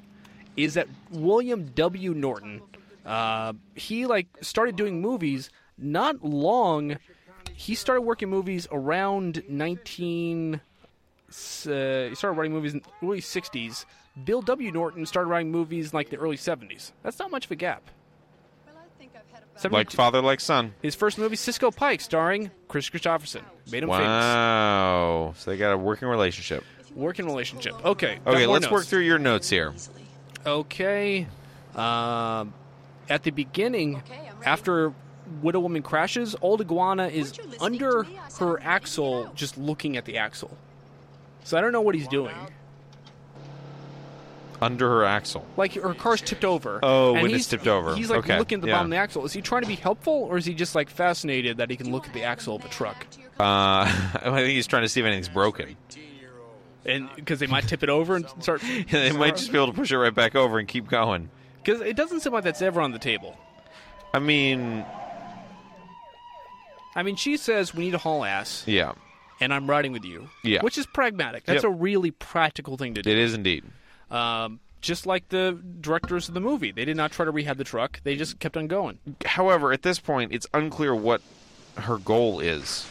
B: is that William W. Norton, uh, he like started doing movies not long. He started working movies around nineteen. Uh, he started writing movies in the early sixties. Bill W. Norton started writing movies in like the early seventies. That's not much of a gap.
I: Well, I think I've had about
A: Like
B: 72
A: father, like son.
B: his first movie, Cisco Pike, starring Chris Christopherson, made him famous.
A: Wow. So they got a working relationship.
B: Working relationship. Okay. got
A: Okay,
B: more
A: let's
B: notes.
A: work through your notes here.
B: Okay. Um, at the beginning,
I: Okay, I'm ready.
B: after Widow Woman crashes, Old Iguana is
I: Weren't you listening
B: under
I: to me? I said I'm
B: her
I: ready to
B: axle,
I: go.
B: just looking at the axle. So I don't know what he's doing.
A: Under her axle.
B: Like her car's tipped over.
A: Oh,
B: and
A: when it's
B: he's-
A: tipped over.
B: He's like
A: Okay,
B: looking at the
A: yeah.
B: bottom of the axle. Is he trying to be helpful, or is he just like fascinated that he can
I: Do you
B: look
I: wanna
B: at the
I: have
B: axle of a
I: man
B: truck?
I: act to your collection?
A: Uh, I think he's trying to see if anything's broken.
B: And because they might tip it over and start.
A: they might just be able to push it right back over and keep going.
B: Because it doesn't seem like that's ever on the table.
A: I mean,
B: I mean, she says we need to haul ass,
A: yeah,
B: and I'm riding with you.
A: Yeah.
B: Which is pragmatic. That's
A: Yep.
B: a really practical thing to do.
A: it is indeed.
B: um, just like the directors of the movie. They did not try to rehab the truck. They just kept on going.
A: However, at this point, it's unclear what her goal is.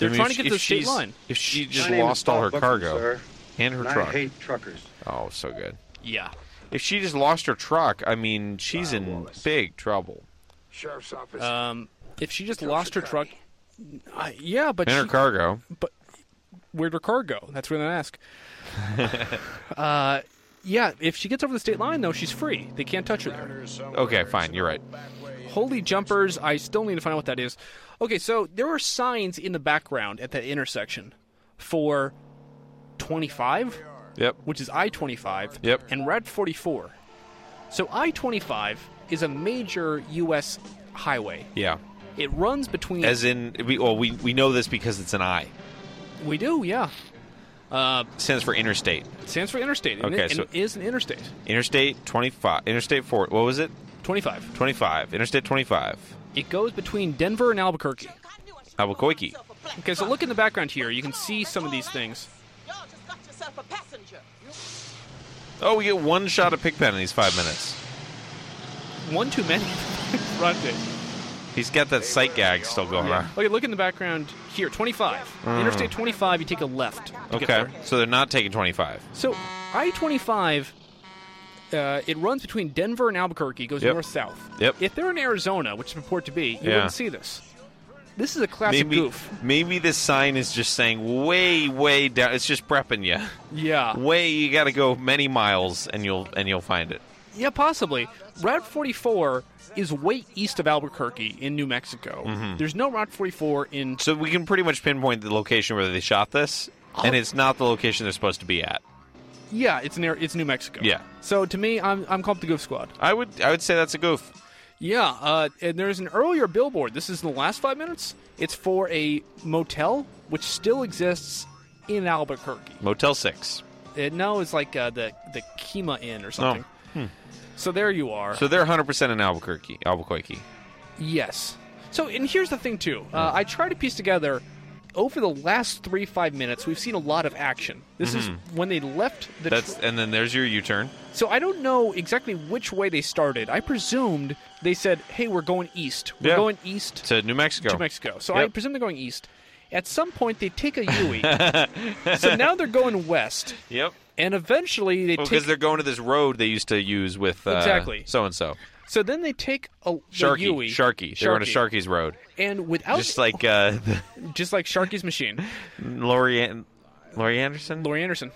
B: They're
A: I mean,
B: trying
A: if she-
B: to get to the
A: if
B: state
A: she's-
B: line.
A: If she
J: My
A: just
J: name is
A: lost all
J: Bob
A: her
J: Buckman,
A: cargo
J: sir,
A: and her
J: and I
A: truck.
J: hate truckers.
A: Oh, so good.
B: Yeah.
A: If she just lost her truck, I mean, she's in big trouble.
K: Sheriff's office.
B: Um, if she just lost her truck, I, yeah, but
A: and her
B: she-
A: cargo.
B: But where'd her car go? That's where they ask. uh, yeah, if she gets over the state line though, she's free. They can't touch her there.
A: Okay, fine. You're right.
B: Holy jumpers! I still need to find out what that is. Okay, so there were signs in the background at that intersection for 25,
A: Yep.
B: which is I 25,
A: Yep.
B: and Route 44. So I 25 is a major U.S. highway.
A: Yeah.
B: It runs between
A: As in, we, well, we, we know this because it's an I.
B: we do, yeah. Uh,
A: stands for interstate.
B: It stands for interstate. and
A: Okay,
B: it, and
A: so-
B: it is an interstate.
A: Interstate 25. Interstate 4. What was it?
B: 25.
A: 25. Interstate 25.
B: It goes between Denver and Albuquerque.
A: Albuquerque.
B: Okay, so look in the background here. You can see some of these things.
G: Y'all just got yourself a passenger.
A: Oh, we get one shot at Pigpen in these five minutes.
B: One too many. Run it.
A: He's got that sight gag still going on.
B: Okay, look in the background here. 25.
A: Mm.
B: Interstate 25, you take a left. to get
A: Okay,
B: there.
A: so they're not taking 25.
B: So I 25, uh, it runs between Denver and Albuquerque, goes
A: Yep.
B: north south.
A: Yep.
B: If they're in Arizona, which they purport to be, you
A: Yeah.
B: wouldn't see this. This is a classic
A: Maybe,
B: goof.
A: maybe this sign is just saying way, way down. It's just prepping you.
B: Yeah.
A: Way you got to go many miles and you'll and you'll find it.
B: Yeah, possibly. Route 44 is way east of Albuquerque in New Mexico.
A: Mhm.
B: There's no Route 44 in.
A: So we can pretty much pinpoint the location where they shot this, and it's not the location they're supposed to be at.
B: Yeah, it's near. It's New Mexico.
A: Yeah,
B: So to me, I'm I'm called the Goof Squad.
A: I would I would say that's a goof.
B: Yeah, uh, and there's an earlier billboard. This is in the last five minutes. It's for a motel which still exists in Albuquerque.
A: Motel Six.
B: It, no, it's like uh, the the Kima Inn or something.
A: Hmm.
B: So there you are.
A: So they're 100 percent in Albuquerque. Albuquerque.
B: Yes. So, and here's the thing, too. Uh, I try to piece together over the last three, five minutes, we've seen a lot of action. This
A: Mhm.
B: is when they left the.
A: That's and then there's your U-turn.
B: so, I don't know exactly which way they started. I presumed they said, hey, we're going east. We're
A: Yeah.
B: going east
A: to New Mexico.
B: to Mexico. So, I
A: Yep.
B: presume they're going east. At some point, they take a Yui. so now they're going west.
A: Yep.
B: And eventually, they
A: Because
B: take.
A: they're going to this road they used to use with uh,
B: Exactly.
A: so and so
B: So then they take a the E.
A: Sharky
B: Yui.
A: Sharky. They're going to Sharky's road,
B: And without.
A: just like uh, the-
B: just like Sharky's machine.
A: Lori An- Lori Anderson.
B: Lori Anderson.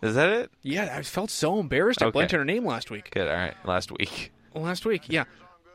A: Is that it?
B: Yeah, I felt so embarrassed. I
A: Okay.
B: blanked on her name last week.
A: Good. All right. Last week.
B: Last week, yeah.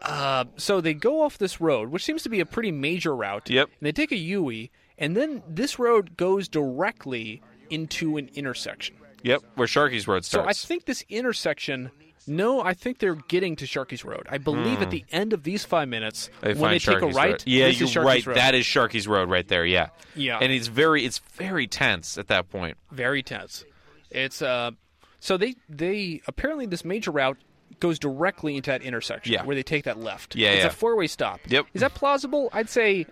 B: Uh, so they go off this road, which seems to be a pretty major route.
A: Yep.
B: And they take a Yui, and then this road goes directly into an intersection.
A: Yep. Where Sharky's road
B: So I
A: starts.
B: think this intersection. No, I think they're getting to Sharky's Road. I believe at
A: Mm.
B: the end of these five minutes,
A: They
B: when
A: find
B: they take a
A: Sharky's
B: right,
A: Road. Yeah,
B: this
A: you're
B: is Sharky's
A: right.
B: Road.
A: That is Sharky's road right there. Yeah.
B: Yeah.
A: And it's very it's very tense at that point.
B: very tense. It's uh, so they they apparently this major route goes directly into that intersection
A: Yeah.
B: where they take that left.
A: Yeah,
B: it's
A: yeah.
B: a four way stop.
A: Yep.
B: Is that plausible? I'd say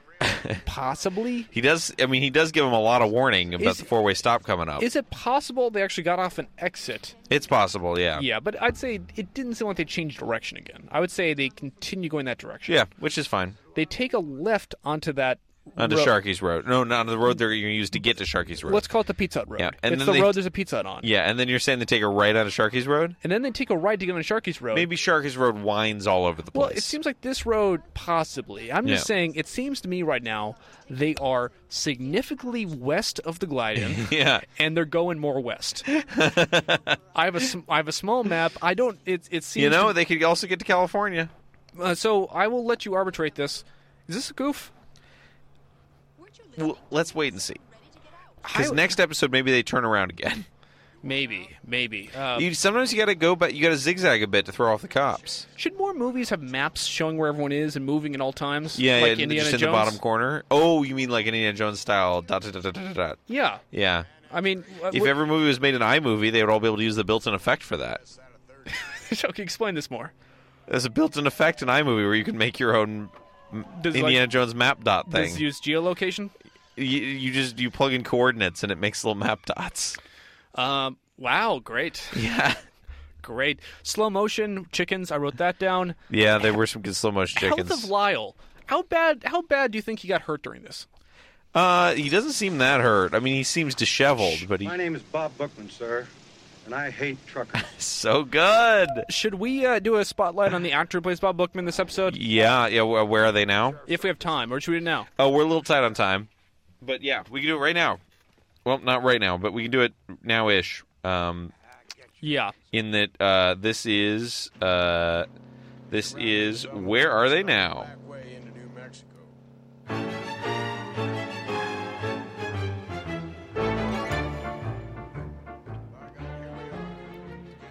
B: possibly.
A: He does. I mean, he does give him a lot of warning about
B: Is-
A: the four way stop coming up.
B: Is it possible they actually got off an exit?
A: it's possible. Yeah.
B: Yeah, but I'd say it didn't seem like they changed direction again. I would say they continue going that direction.
A: Yeah, which is fine.
B: They take a left onto that.
A: Onto
B: road.
A: Sharky's road. No, not on the road they're going to use to get to Sharky's road.
B: Let's call it the Pizza Hut road.
A: Yeah, and
B: it's
A: then
B: the
A: they-
B: road there's a Pizza Hut on.
A: Yeah, and then you're saying they take a right out of Sharky's road.
B: And then they take a right to get on Sharky's road.
A: Maybe Sharky's road winds all over the place.
B: Well, it seems like this road, possibly. I'm just
A: Yeah.
B: saying, it seems to me right now they are significantly west of the Glidden.
A: Yeah.
B: and they're going more west. I have a sm- I have a small map. I don't. It it seems
A: you know,
B: to-
A: they could also get to California.
B: uh, so I will let you arbitrate this. Is this a goof?
A: Well, let's wait and see.
B: I-
A: Because next episode, maybe they turn around again.
B: Maybe, maybe. Uh,
A: you sometimes you got to go, but you got to zigzag a bit to throw off the cops.
B: should more movies have maps showing where everyone is and moving at all times?
A: Yeah,
B: like
A: yeah,
B: Indiana
A: just in
B: Jones.
A: the bottom corner. Oh, you mean like an Indiana Jones style? Dot, dot, dot, dot, dot, dot.
B: Yeah,
A: Yeah.
B: I mean, uh,
A: If
B: what-
A: every movie was made an iMovie, they would all be able to use the built-in effect for that.
B: okay, explain this more.
A: There's a built-in effect in iMovie where you can make your own m-
B: Does, like-
A: Indiana Jones map dot thing.
B: Does it use geolocation?
A: you, you just you plug in coordinates and it makes little map dots.
B: Um, wow, great.
A: Yeah.
B: Great. Slow motion chickens. I wrote that down.
A: Yeah, there were some good slow motion
B: Health
A: chickens.
B: of Lyle. How bad? How bad do you think he got hurt during this?
A: Uh, he doesn't seem that hurt. I mean, he seems disheveled, but he
J: My name is Bob Bookman, sir, and I hate truckers.
A: so good.
B: Should we uh, do a spotlight on the actor who plays Bob Bookman this episode?
A: Yeah, yeah. wh- Where are they now?
B: If we have time, or should we do it now?
A: Oh, we're a little tight on time, but yeah, we can do it right now. Well, not right now, but we can do it now-ish. Um,
B: Yeah.
A: in that uh, this is uh, this is where are they now?
H: Way into New Mexico.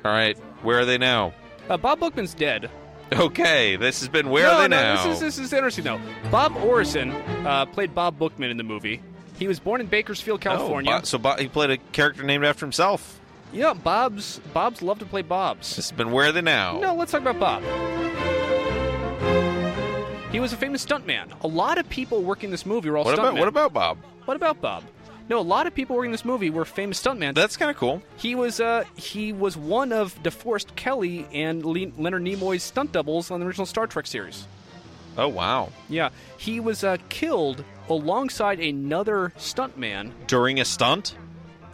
A: All right, where are they now?
B: Uh, Bob Bookman's dead.
A: Okay, this has been where
B: no,
A: are they
B: no,
A: now?
B: This is, this is interesting, though. Bob Orison uh, played Bob Bookman in the movie. He was born in Bakersfield,
A: Oh,
B: California.
A: Bo- so Bo- he played a character named after himself.
B: yeah, Bob's Bob's love to play Bob's.
A: This has been where are they now?
B: No, let's talk about Bob. He was a famous stuntman. A lot of people working this movie were all
A: what
B: stuntmen.
A: about what about Bob?
B: What about Bob? No, a lot of people working this movie were famous stuntmen.
A: That's kind of cool.
B: he was uh, he was one of DeForest Kelly and Le- Leonard Nimoy's stunt doubles on the original Star Trek series.
A: Oh wow!
B: Yeah, he was uh, killed alongside another stuntman.
A: During a stunt,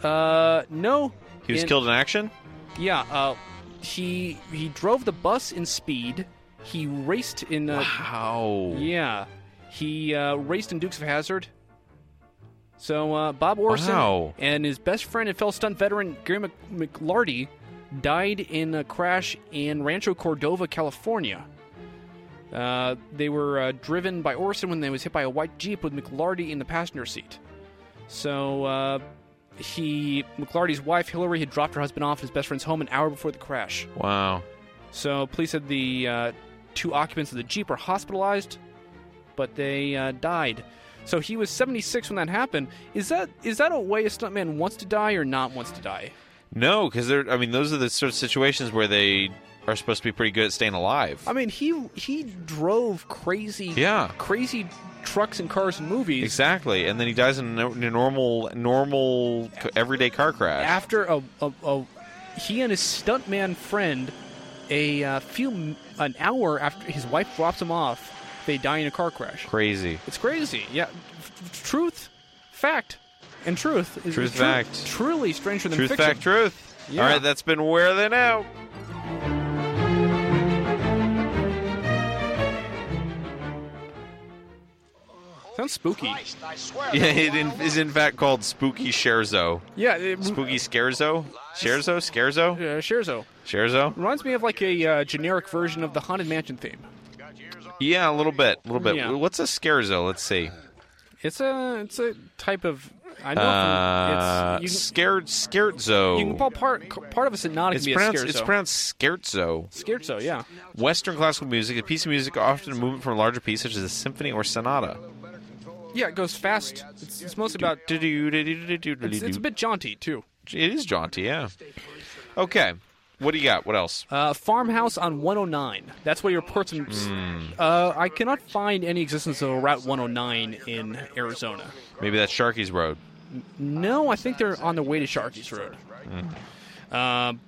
B: Uh, no,
A: he was
B: in-
A: killed in action.
B: Yeah, uh, he he drove the bus in speed. He raced in uh,
A: Wow.
B: Yeah, he uh, raced in Dukes of Hazard. So uh, Bob Orson
A: Wow.
B: and his best friend and fellow stunt veteran Gary Mc- McLarty died in a crash in Rancho Cordova, California. Uh, they were uh, driven by Orson when they was hit by a white jeep with McLarty in the passenger seat. So uh, he McLarty's wife Hillary had dropped her husband off at his best friend's home an hour before the crash.
A: Wow.
B: So police said the uh, two occupants of the jeep were hospitalized, but they uh, died. So he was 76 when that happened. Is that is that a way a stuntman wants to die or not wants to die?
A: No, because they're. I mean, those are the sort of situations where they are supposed to be pretty good at staying alive.
B: I mean, he he drove crazy,
A: Yeah.
B: crazy trucks and cars and movies.
A: exactly, and then he dies in a, no- in a normal, normal, c- everyday car crash.
B: After a, a, a he and his stuntman friend, a uh, few m- an hour after his wife drops him off, they die in a car crash.
A: Crazy.
B: It's crazy. Yeah. F- f- Truth, fact, and truth is
A: Truth,
B: is
A: fact.
B: Truly stranger than
A: Truth,
B: fiction.
A: fact, truth.
B: Yeah.
A: All right, that's been where are they now?
B: Sounds spooky.
A: Yeah, it in, is in fact called Spooky Scherzo.
B: Yeah. It,
A: Spooky Scherzo. Scherzo. Scherzo.
B: Uh, Scherzo
A: Scherzo.
B: reminds me of like a uh, generic version of the haunted mansion theme.
A: Yeah, a little bit, a little bit.
B: Yeah.
A: What's a scherzo? Let's see.
B: It's a it's a type of I know
A: Uh,
B: from, it's you
A: scared scherzo.
B: can, you can call part part of a sonata
A: it's
B: can be
A: pronounced.
B: a scherzo.
A: It's pronounced scherzo.
B: scherzo. Yeah.
A: Western classical music, a piece of music often a movement from a larger piece, such as a symphony or sonata.
B: Yeah, it goes fast. It's, it's mostly about. Uh, It's, it's a bit jaunty too.
A: It is jaunty, yeah. Okay, what do you got? What else?
B: Uh, farmhouse on 109. That's what he reports. In,
A: Hmm.
B: uh, I cannot find any existence of a Route 109 in Arizona.
A: Maybe that's Sharky's Road.
B: No, I think they're on their way to Sharky's Road. Um,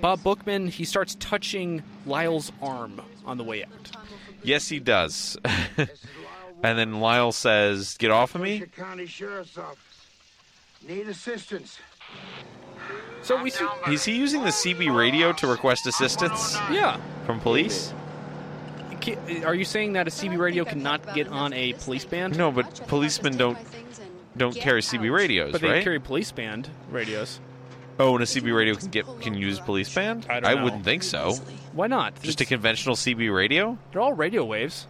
B: Bob Bookman he starts touching Lyle's arm on the way out.
A: Yes, he does. and then Lyle says, "Get off of me."
K: Your county sheriff's office. Need assistance.
B: So we see,
A: Is he using the CB radio to request assistance
B: yeah.
A: from police?
B: Ki- Are you saying that a CB radio cannot get on a police band?
A: No, but policemen don't don't carry CB radios,
B: but they
A: right?
B: carry police band radios.
A: oh, and a CB radio can get can use police band?
B: I don't know.
A: wouldn't think so.
B: Why not?
A: Just a
B: It's-
A: conventional CB radio?
B: they're all radio waves.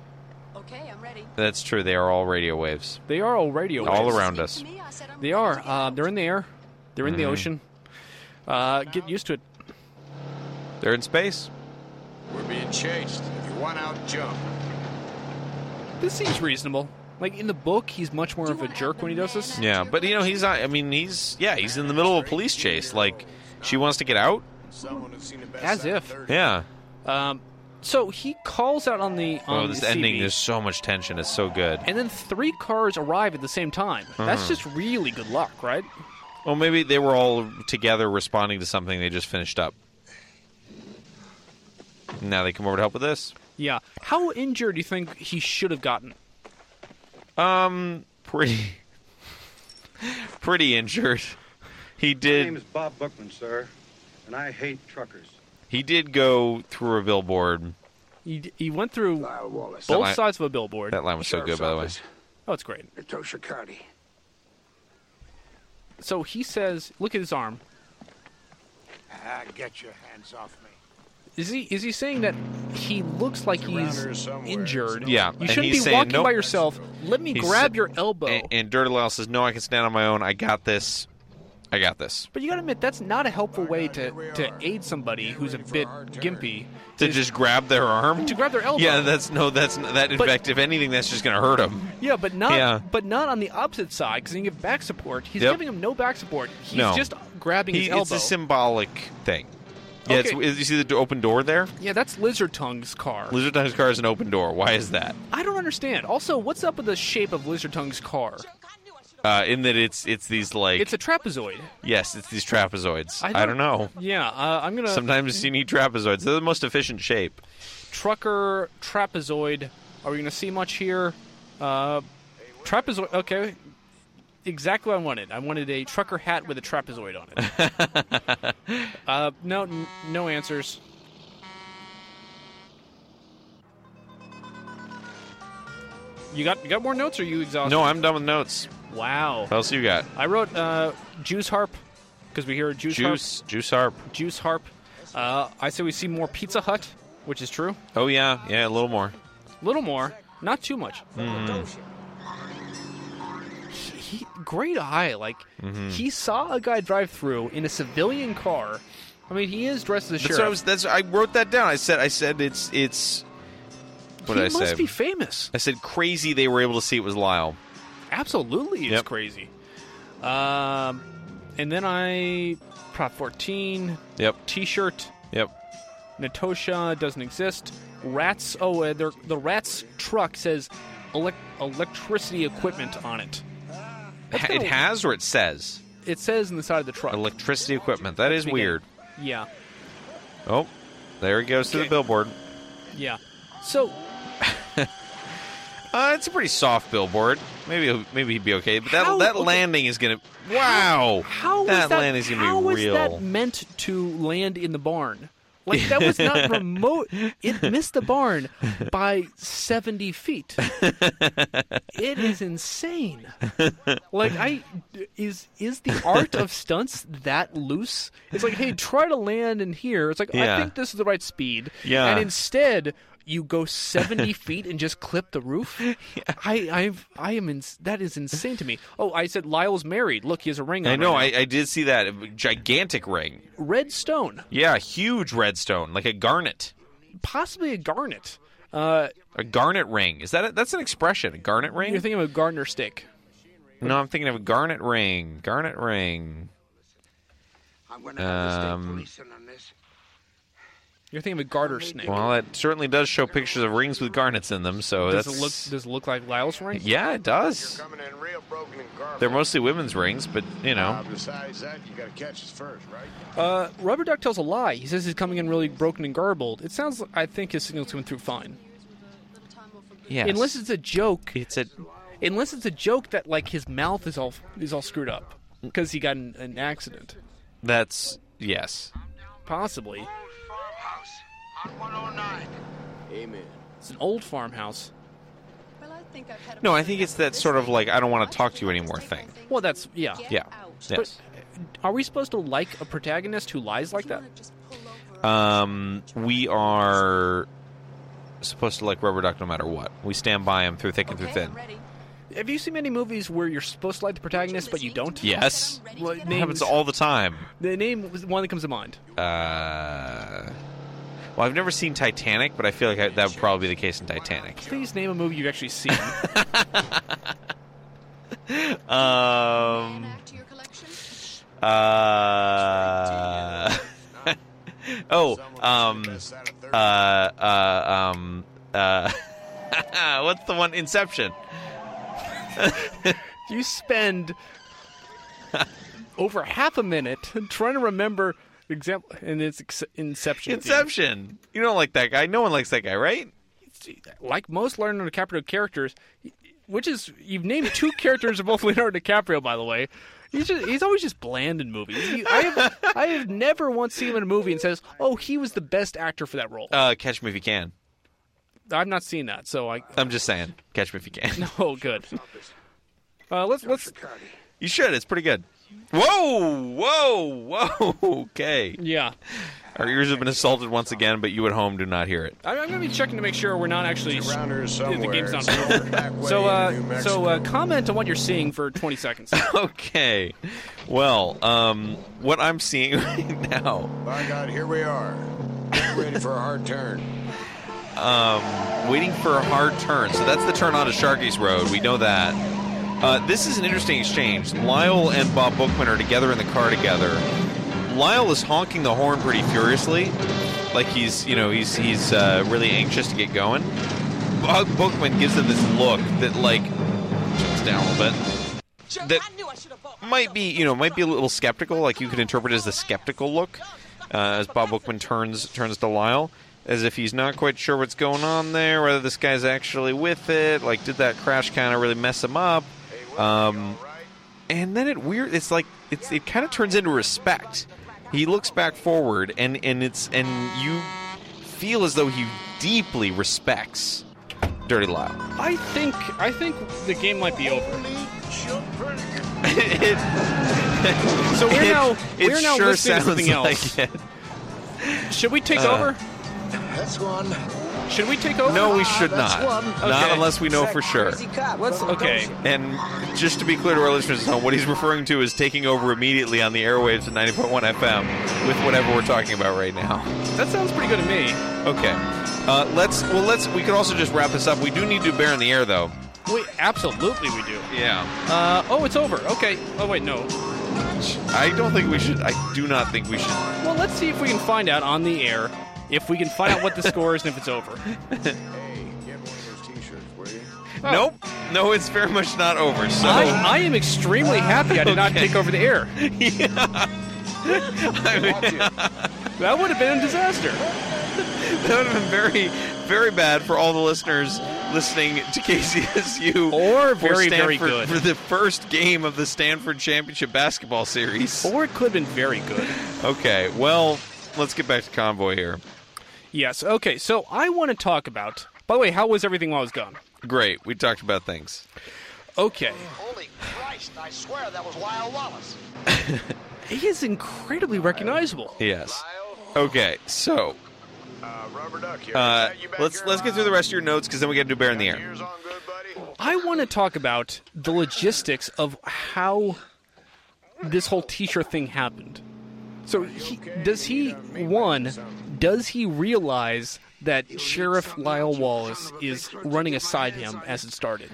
I: Okay, I'm ready.
A: That's true. They are all radio waves,
B: They are all radio waves.
A: all around us.
I: Me, I said I'm
B: They
I: ready
B: are.
I: to get
B: Uh,
I: out.
B: they're in the air. They're in the
A: Mm-hmm.
B: ocean. Uh, get used to it.
A: They're in space.
H: We're being chased. If you want out, jump.
B: This seems reasonable. Like in the book, he's much more of a jerk when he does this.
A: Yeah, but you know he's not. I mean, he's yeah, he's in the middle of a police chase. Like she wants to get out.
H: Someone who's seen the best
B: As
H: side of
B: if.
H: 30.
A: Yeah.
B: Um, so he calls out on the on
A: Oh, this
B: the
A: ending.
B: CB,
A: There's so much tension. It's so good.
B: and then three cars arrive at the same time. That's
A: Hmm.
B: just really good luck, right?
A: Well, maybe they were all together responding to something they just finished up. Now they come over to help with this.
B: Yeah. How injured do you think he should have gotten?
A: Um, pretty pretty injured. He
J: My name
A: did
J: is Bob Bookman, sir, and I hate truckers.
A: he did go through a billboard.
B: He, he went through
A: That
B: both
A: line-
B: sides of a billboard.
A: That line was so good, by the way.
B: Oh, it's great.
K: Natosha County.
B: So he says, "Look at his arm."
K: Ah, get your hands off me.
B: Is he is he saying that he looks like he's injured?
A: Yeah,
B: You
A: and
B: shouldn't
A: he's
B: be
A: saying,
B: walking
A: "Nope."
B: by yourself. Let me
A: He's-
B: grab your elbow.
A: And, and Dirty Lyle says, "No, I can stand on my own. I got this. I got this."
B: but you gotta admit that's not a helpful way to, to aid somebody who's a bit gimpy.
A: To just grab their arm,
B: To grab their elbow.
A: Yeah, that's no, that's that. In
B: But-
A: fact, if anything, that's just going to hurt him.
B: Yeah, but not
A: Yeah.
B: but not on the opposite side because he can give back support. He's
A: Yep.
B: giving him no back support. He's
A: No.
B: just grabbing
A: He,
B: his elbow.
A: it's a symbolic thing. Yeah,
B: Okay.
A: it's, you see the d- open door there.
B: yeah, that's Lizard Tongue's car.
A: Lizard Tongue's car is an open door. Why is that?
B: I don't understand. Also, what's up with the shape of Lizard Tongue's car?
A: Uh, in that it's it's these like
B: It's a trapezoid.
A: yes, it's these trapezoids.
B: I
A: I don't,
B: don't-
A: know.
B: Yeah, uh, I'm gonna
A: Sometimes you need trapezoids. They're the most efficient shape.
B: trucker trapezoid. Are we gonna see much here? Uh, trapezoid. Okay, exactly what I wanted. I wanted a trucker hat with a trapezoid on it. uh, no, n- no answers. You got you got more notes? Or are you exhausted?
A: No, I'm done with notes.
B: Wow.
A: What else you got?
B: I wrote uh, juice harp because we hear juice
A: Juice, juice harp.
B: harp. Juice harp. Uh, I say we see more Pizza Hut, which is true.
A: Oh yeah, yeah, a little more.
B: little more, not too much.
A: Mm-hmm.
B: He, he- great eye. Like
A: Mm-hmm.
B: he saw a guy drive through in a civilian car. I mean, he is dressed as a
A: That's
B: sheriff.
A: what I was. That's I wrote that down. I said. I said it's it's. What
B: he
A: did I
B: must
A: say?
B: be famous.
A: I said crazy. They were able to see it was Lyle.
B: Absolutely, it's
A: Yep.
B: crazy. Um, and then I prop fourteen
A: Yep.
B: T-shirt.
A: Yep.
B: Natosha doesn't exist. Rats. Oh, uh, they're- the rats truck says elec- electricity equipment on it.
A: Ha- it
B: kinda-
A: has or it says
B: It says in the side of the truck.
A: electricity equipment. That is
B: Speaking-
A: weird.
B: yeah.
A: Oh, there he goes to the billboard.
B: Yeah. So
A: Uh, it's a pretty soft billboard. Maybe he'll, maybe he'd be okay. But that
B: How-
A: that
B: okay.
A: landing is gonna wow.
B: how was
A: that,
B: that
A: landing is gonna
B: how
A: be
B: was
A: real.
B: that meant to land in the barn? Like that was not remote. It missed the barn by seventy feet. It is insane. Like I is is the art of stunts that loose? It's like hey, try to land in here. It's like I
A: Yeah.
B: think this is the right speed.
A: Yeah.
B: And instead. You go seventy feet and just clip the roof. I, I've, I am in. That is insane to me. Oh, I said Lyle's married. Look, he has a ring. on
A: I
B: right
A: know.
B: now.
A: I, I did see that gigantic ring.
B: red stone,
A: Yeah, huge redstone, like a garnet.
B: possibly a garnet. Uh,
A: A garnet ring. Is that a, that's an expression? A garnet ring?
B: you're thinking of a gardener stick.
A: no, I'm thinking of a garnet ring. Garnet ring.
K: I'm going to have the
A: Um,
K: state police in on this.
B: You're thinking of a garter snake.
A: Well, that certainly does show pictures of rings with garnets in them. So
B: does
A: that's
B: it look does it look like Lyle's ring?
A: yeah, it does.
H: Coming in real broken and garbage.
A: They're mostly women's rings, but you know,
H: Uh, besides that, you got to catch us first, right?
B: Uh, Rubber Duck tells a lie. He says he's coming in really broken and garbled. It sounds. I think his signal's coming through fine.
A: yeah.
B: Unless it's a joke.
A: it's a
B: Unless it's a joke that like his mouth is all is all screwed up because he got in an accident.
A: that's yes.
B: Possibly.
K: Old farmhouse on 109.
H: Amen.
B: It's an old farmhouse.
I: Well, I think I've had
A: No, I think it's that sort of like I don't want to talk to you anymore thing.
B: Well, that's yeah.
A: Yeah. Yes.
B: uh, Are we supposed to like a protagonist who lies like that?
A: Um, we are supposed to like Rubber Duck no matter what. We stand by him through thick and through thin.
B: Have you seen many movies where you're supposed to like the protagonist but you don't?
A: Yes,
B: Well,
A: it happens
B: names-
A: all the time.
B: The name was the one that comes to mind.
A: Uh, well, I've never seen Titanic, but I feel like I, that would probably be the case in Titanic.
B: Please name a movie you've actually seen.
A: Um, uh, oh, um, uh, uh, um, uh, what's the one? Inception.
B: you spend over half a minute trying to remember example, and it's ex- Inception. at the end.
A: Inception. You don't like that guy. No one likes that guy, right?
B: Like most Leonardo DiCaprio characters, which is you've named two characters of both Leonardo DiCaprio, by the way. He's just, he's always just bland in movies. He- I have I have never once seen him in a movie and says, "Oh, he was the best actor for that role."
A: Uh, catch me if you can.
B: I've not seen that, so I
A: I'm just saying, catch me if you can.
B: no good. Uh, let's let's
A: You should. It's pretty good. Whoa, whoa, whoa. Okay.
B: yeah.
A: Our ears have been assaulted once again, but you at home do not hear it.
B: I'm, I'm gonna be checking to make sure we're not actually
H: Around here
B: the
H: somewhere.
B: game's
H: It's
B: not over.
H: over back way
B: So,
H: in New
B: uh,
H: Mexico.
B: so uh, comment on what you're seeing for 20 seconds.
A: Okay. Well, um, what I'm seeing right now,
H: By God, here we are. Get ready for a hard turn.
A: um, waiting for a hard turn. So that's the turn onto Sharky's Road. We know that. Uh, this is an interesting exchange. Lyle and Bob Bookman are together in the car together. Lyle is honking the horn pretty furiously, like he's you know he's he's uh, really anxious to get going. Bob Bookman gives him this look that like checks down a little bit.
G: Jerk,
A: That-
G: I knew I should have bought
A: might be you know might be a little skeptical like you could interpret it as the skeptical look uh, as bob bookman turns turns to lyle as if he's not quite sure what's going on there whether this guy's actually with it like did that crash kind of really mess him up um, and then it weird it's like it's it kind of turns into respect he looks back forward and and it's and you feel as though he deeply respects dirty lyle
B: I think I think the game might be over.
A: It-
B: So we're
A: it-
B: now
A: it
B: we're now
A: sure
B: listening to
A: sounds
B: something else.
A: like it.
B: Should we take
A: Uh,
B: over?
K: That's one.
B: Should we take over?
A: No, we should
K: that's
A: not.
K: one.
A: Not
B: Okay.
A: unless we know for sure.
B: Let's okay.
A: And just to be clear to our listeners at home, what he's referring to is taking over immediately on the airwaves at 90.1 FM with whatever we're talking about right now.
B: That sounds pretty good to me.
A: Okay. Uh, let's. Well, let's. We could also just wrap this up. We do need to bear in the air, though.
B: We absolutely we do.
A: Yeah.
B: Uh, oh, it's over. Okay. Oh wait, no.
A: I don't think we should. I do not think we should.
B: Well, let's see if we can find out on the air if we can find out what the score is and if it's over.
H: Hey, get one of those t-shirts, will you?
A: Nope. No, it's very much not over. So
B: I, I am extremely happy I did not
A: Okay.
B: take over the air.
H: Watch it.
B: That would have been a disaster.
A: that would have been very, very bad for all the listeners listening to KCSU
B: Or
A: for
B: very, very
A: Stanford
B: good.
A: for the first game of the Stanford Championship basketball series.
B: Or it could have been very good.
A: Okay, well, let's get back to convoy here.
B: Yes. Okay. So I want to talk about. By the way, how was everything while I was gone?
A: Great, we talked about things.
B: Okay.
L: Holy Christ, I swear that was Lyle Wallace.
B: He is incredibly recognizable.
A: Yes. Okay, so
H: Uh, rubber duck here.
A: uh,
H: Is that you back
A: let's
H: here,
A: let's get through the rest of your notes because then we got to do bear in the air.
H: Ears on good, buddy?
B: I want to talk about the logistics of how this whole t-shirt thing happened. So he, does he one does he realize that Sheriff Lyle Wallace is running aside him as it started?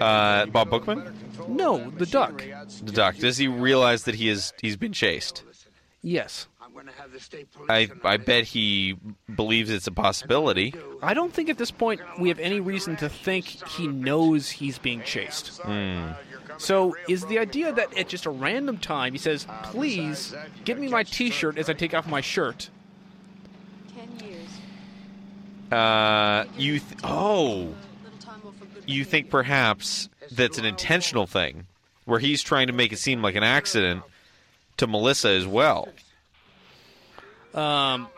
A: Uh, Bob Bookman,
B: No, the duck.
A: the doc. Does he realize that he is he's been chased?
B: Yes.
K: I'm going to have the state police.
A: I I bet he believes it's a possibility.
B: I don't think at this point we have any reason to think he knows he's being chased.
A: Hmm.
B: So is the idea that at just a random time he says, "Please give me my T-shirt as I take off my shirt."
I: Ten years.
A: Uh, you th- oh
I: Little time off for good
A: you
I: behavior.
A: think perhaps that's an intentional thing where he's trying to make it seem like an accident to Melissa as well.
B: Um,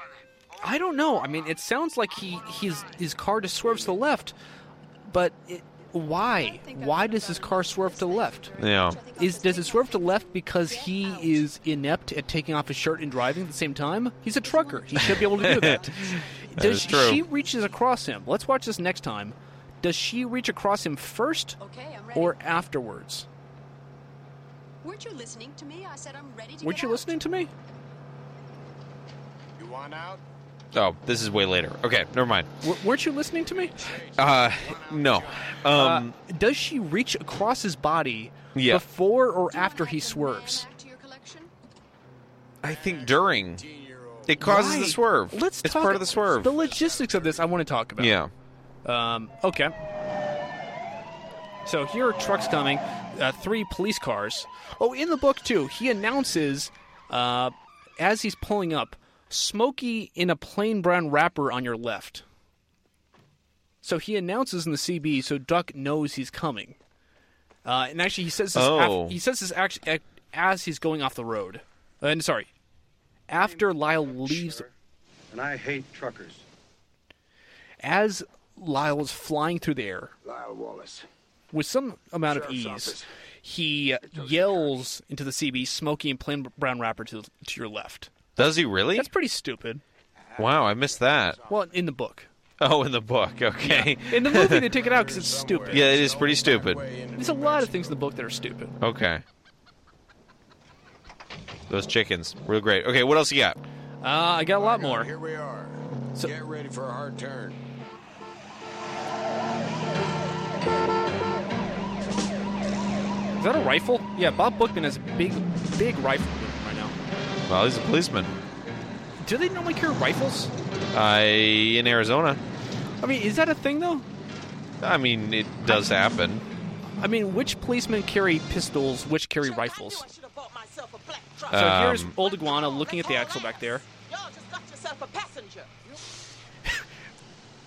B: I don't know. I mean, it sounds like he his his car just swerves to the left, but it, why? Why does his car swerve to the left?
A: Yeah.
B: Is does it swerve to the left because he is inept at taking off his shirt and driving at the same time? He's a trucker. He should be able to do that.
A: That
B: does
A: is true.
B: she reaches across him? Let's watch this next time. Does she reach across him first
I: Okay, I'm ready.
B: or afterwards?
I: Weren't you listening to me? I said I'm ready to
B: Weren't
I: get
B: you
I: out.
B: listening to me?
H: You want out?
A: Oh, this is way later. Okay, never mind.
B: W- weren't you listening to me?
A: Uh, no. Um,
B: Uh, does she reach across his body
A: Yeah.
B: before or after he
I: Add
B: swerves?
I: that to your collection?
A: I think during it causes
B: Why?
A: the swerve.
B: Let's
A: it's
B: talk
A: part of the swerve.
B: The logistics of this I want to talk about.
A: yeah.
B: Um, okay. So here are trucks coming, uh, three police cars. Oh, in the book too, he announces uh, as he's pulling up, Smokey in a plain brown wrapper on your left. So he announces in the CB, so Duck knows he's coming. Uh, and actually, he says this.
A: Oh.
B: af- he says this act- act- as he's going off the road. And sorry, after Lyle leaves,
J: And I hate truckers.
B: as Lyle is flying through the air
K: Lyle Wallace.
B: with some amount of
K: Sheriff's
B: ease,
K: office.
B: he yells into the CB, "Smoky and plain brown wrapper to to your left."
A: Does he really?
B: That's pretty stupid.
A: Wow, I missed that.
B: Well, in the book,
A: Oh, in the book. Okay.
B: in the movie, they take it out because it's stupid.
A: yeah, it is pretty stupid.
B: There's a lot of things in the book that are stupid.
A: Okay. Those chickens, real great. Okay, what else you got?
B: Uh, I got a lot more.
H: Here we are. Get ready for a hard turn.
B: Is that a rifle? Yeah, Bob Bookman has a big, big rifle right now.
A: Well, he's a policeman.
B: Do they normally carry rifles?
A: I in Arizona.
B: I mean, is that a thing though?
A: I mean, it does happen.
B: I mean, which policemen carry pistols? Which carry rifles? So
A: Um,
B: here's old iguana looking at the axle back there.
G: Y'all just got yourself a passenger.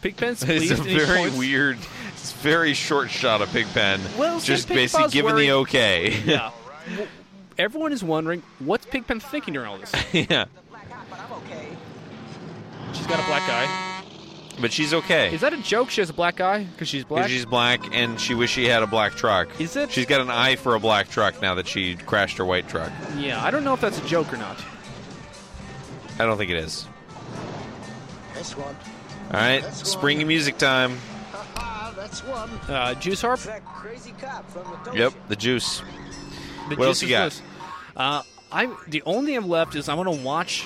B: Pigpen's
A: It's
B: pleased.
A: a
B: and he
A: very
B: points-
A: weird, it's very short shot of Pigpen.
B: Well, said
A: just
B: Pig
A: basically
B: Pa's
A: giving the
B: worried-
A: okay.
B: Yeah. Well, Everyone is wondering what's Pigpen thinking during all this.
A: yeah.
B: She's got a black eye.
A: But she's okay.
B: Is that a joke? She has a black eye because she's black.
A: She's black, and she wish she had a black truck.
B: Is it?
A: She's got an eye for a black truck now that she crashed her white truck.
B: Yeah, I don't know if that's a joke or not.
A: I don't think it is.
K: That's one.
A: All right, spring music time.
K: Ah, that's one.
B: Uh, Juice Harp.
K: That crazy cop from the
A: Yep, the juice.
B: The
A: What else
B: gist
A: you got?
B: is this. Uh, I the only thing I'm left is I want to watch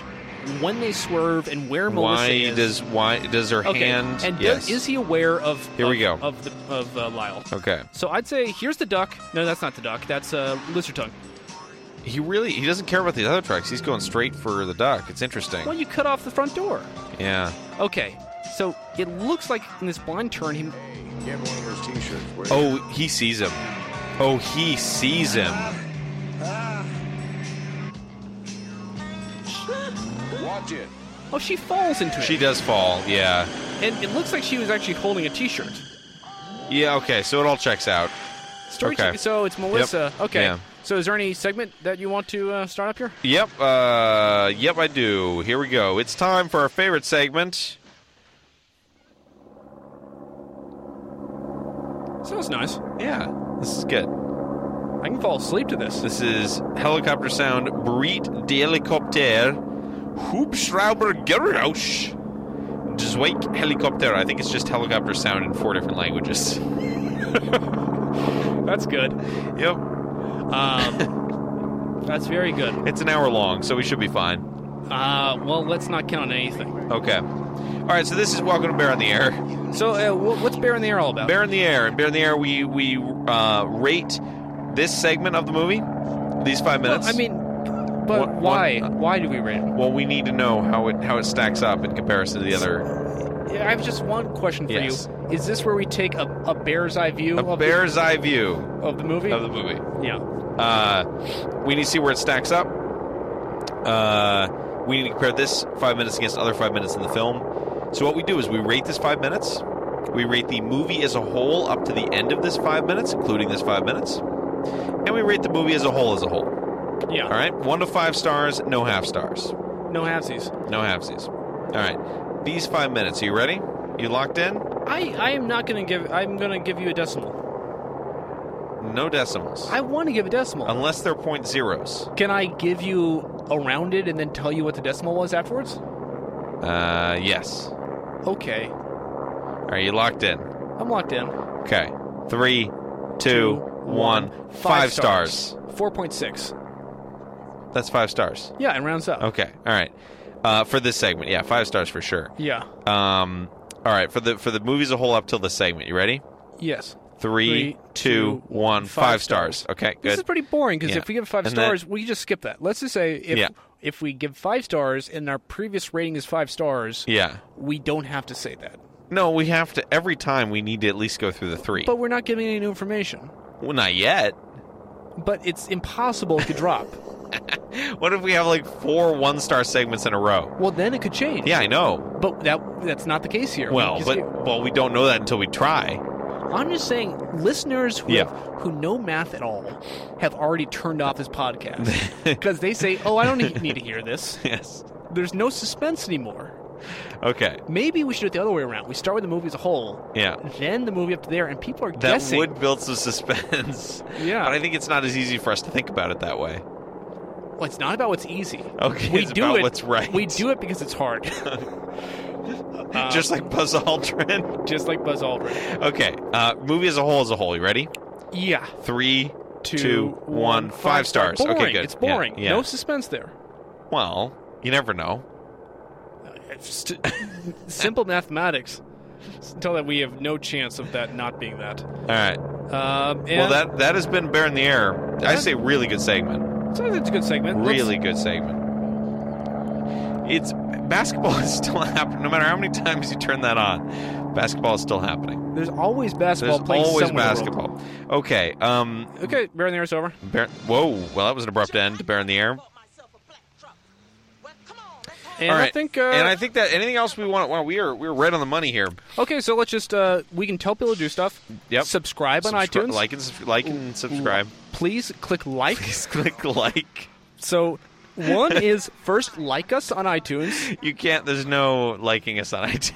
B: when they swerve and where Melissa
A: Why
B: is.
A: does why does her
B: okay.
A: hand?
B: And
A: yes.
B: does, is he aware of
A: Here
B: of,
A: we go.
B: of the of uh, Lyle?
A: Okay.
B: So I'd say here's the duck. No, that's not the duck. That's uh, lizard tongue.
A: He really he doesn't care about these other trucks. He's going straight for the duck. It's interesting.
B: Well, you cut off the front door.
A: Yeah.
B: Okay. So it looks like in this blind turn, he
H: Get one of those t-shirts. Where
A: Oh, he sees him. Oh, he sees him.
H: Watch it.
B: oh she falls into it,
A: She does fall. Yeah.
B: and it looks like she was actually holding a T-shirt.
A: Yeah. Okay. So it all checks out.
B: Story
A: Okay.
B: check- So it's Melissa. Okay.
A: Yeah.
B: So is there any segment that you want to uh, start up here?
A: Yep. Uh, yep. I do. Here we go. It's time for our favorite segment.
B: Sounds nice.
A: Yeah. This is good.
B: I can fall asleep to this.
A: This is helicopter sound Breed d'helicopter Hubschrauber Geräusch Zweig Helikopter. I think it's just helicopter sound in four different languages.
B: That's good.
A: Yep.
B: Um, that's very good.
A: It's an hour long, so we should be fine.
B: Uh, well, let's not count on anything.
A: Okay. All right, so this is Welcome to Bear on the Air.
B: So, uh, wh- what's Bear in the Air all about?
A: Bear in the Air. In Bear in the Air, we, we uh, rate this segment of the movie, these five
B: Well,
A: minutes.
B: I mean, but
A: What-
B: why?
A: what-
B: why do we rate it?
A: well, we need to know how it how it stacks up in comparison to the other.
B: Yeah, I have just one question for
A: Yes.
B: you. Is this where we take a, a bear's eye view
A: A
B: of,
A: bear's eye view
B: the, of the movie?
A: of the movie.
B: yeah.
A: Uh, we need to see where it stacks up. Uh, we need to compare this five minutes against other five minutes in the film. So what we do is we rate this five minutes. We rate the movie as a whole up to the end of this five minutes, including this five minutes, and we rate the movie as a whole as a whole.
B: Yeah.
A: All right, one to five stars, no half stars,
B: No halfsies.
A: no halfsies. All right, these five minutes. Are you ready? You locked in?
B: I, I am not going to give. I'm going to give you a decimal.
A: No decimals,
B: I want to give a decimal.
A: unless they're point zeros.
B: Can I give you a rounded and then tell you what the decimal was afterwards?
A: Uh, yes.
B: Okay.
A: Are you locked in?
B: I'm locked in.
A: Okay. Three, two, one. Five stars.
B: Four point six.
A: That's five stars.
B: Yeah, it rounds up.
A: Okay. All right. Uh, for this segment, yeah, five stars for sure.
B: Yeah.
A: Um, all right. For the for the movie as a whole, up till this segment, you ready?
B: Yes.
A: Three,
B: Three,
A: two,
B: two,
A: one. Five
B: five
A: stars. Okay.
B: This
A: Good.
B: is pretty boring because
A: Yeah.
B: if we give five
A: And
B: stars, we just skip that. Let's just say if
A: Yeah.
B: if we give five stars and our previous rating is five stars,
A: yeah.
B: we don't have to say that.
A: No, we have to every time. We need to at least go through the three.
B: But we're not giving any new information.
A: well, not yet.
B: But it's impossible to drop.
A: what if we have like four one star segments in a row?
B: Well, then it could change.
A: Yeah, I know.
B: But that that's not the case here.
A: Well,
B: Because
A: but
B: you-
A: well, we don't know that until we try.
B: I'm just saying, listeners who
A: Yeah.
B: have, who know math at all have already turned off this podcast because they say, "Oh, I don't need need to hear this."
A: Yes.
B: There's no suspense anymore.
A: Okay.
B: Maybe we should do it the other way around. We start with the movie as a whole,
A: Yeah.
B: then the movie up to there, and people are
A: That
B: guessing.
A: would build some suspense.
B: Yeah.
A: But I think it's not as easy for us to think about it that way.
B: Well, it's not about what's easy.
A: Okay,
B: we
A: it's
B: do
A: about
B: it.
A: what's right.
B: We do it because it's hard. Uh,
A: just like Buzz Aldrin.
B: Just like Buzz Aldrin.
A: Okay. Uh, movie as a whole as a whole. You ready?
B: yeah.
A: Three, two, one, five
B: Two, one, five star.
A: stars.
B: Boring.
A: Okay, good.
B: It's boring.
A: Yeah. yeah.
B: No suspense there.
A: well, you never know.
B: St- simple mathematics until that we have no chance of that not being that.
A: All right.
B: Um, and
A: well, that that has been Bear in the Air. I
B: Yeah.
A: say really good segment.
B: so that's a good segment. Let's-
A: Really good segment. It's basketball is still happening. No matter how many times you turn that on, basketball is still happening.
B: there's always basketball
A: There's
B: played
A: always
B: somewhere in the world.
A: basketball. Okay. Um.
B: Okay, Bear in the Air's over.
A: Bear, whoa. Well, that was an abrupt end. Bear in the Air.
B: And
A: All
B: I
A: right.
B: think. Uh,
A: and I think that anything else we want, well, we are we're right on the money here.
B: Okay, so let's just uh, we can tell people to do stuff.
A: Yep.
B: Subscribe on
A: Subscri-
B: iTunes.
A: like and subs- like and subscribe.
B: Please click like.
A: Please click like.
B: So one is first like us on iTunes.
A: You can't. There's no liking us on iTunes.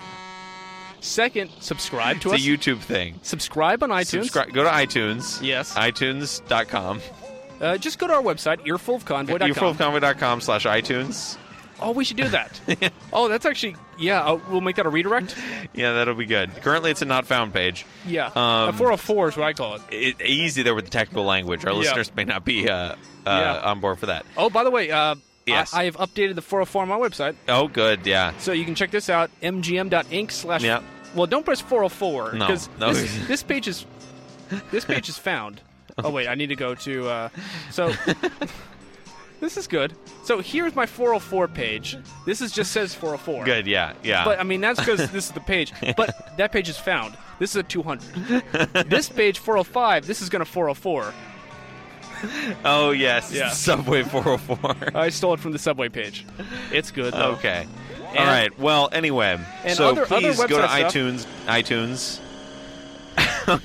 B: Second, subscribe to
A: It's a
B: us.
A: YouTube thing.
B: subscribe on iTunes.
A: Subscribe. Go to iTunes.
B: Yes.
A: iTunes.com.
B: Uh, just go to our website, earfulofconvoy.com.
A: Earfulofconvoy.com slash iTunes.
B: Oh, we should do that. Oh, that's actually yeah. Uh, we'll make that a redirect.
A: Yeah, that'll be good. Currently, it's a not found page.
B: Yeah, Uh,
A: Um,
B: a 404 is what I call it.
A: It, easy there with the technical language. Our
B: Yeah.
A: listeners may not be uh, uh,
B: Yeah.
A: on board for that.
B: Oh, by the way, uh,
A: Yes.
B: I, I have updated the 404 on my website,
A: Oh, good. Yeah.
B: so you can check this out. mgm.inc slash.
A: Yeah.
B: Well, don't press 404
A: No,
B: because
A: no.
B: this, this page is this page is found. Oh wait, I need to go to. Uh, so this is good. So here's my 404 page. This is just says 404.
A: Good. Yeah. Yeah.
B: But I mean, that's because this is the page. But that page is found. This is a 200. this page 405. This is going to 404.
A: oh, yes.
B: Yeah.
A: Subway 404.
B: I stole it from the subway page. It's good though.
A: Okay. All
B: And-
A: right. Well, anyway,
B: and
A: so
B: other- other
A: please go to
B: website stuff.
A: iTunes. iTunes.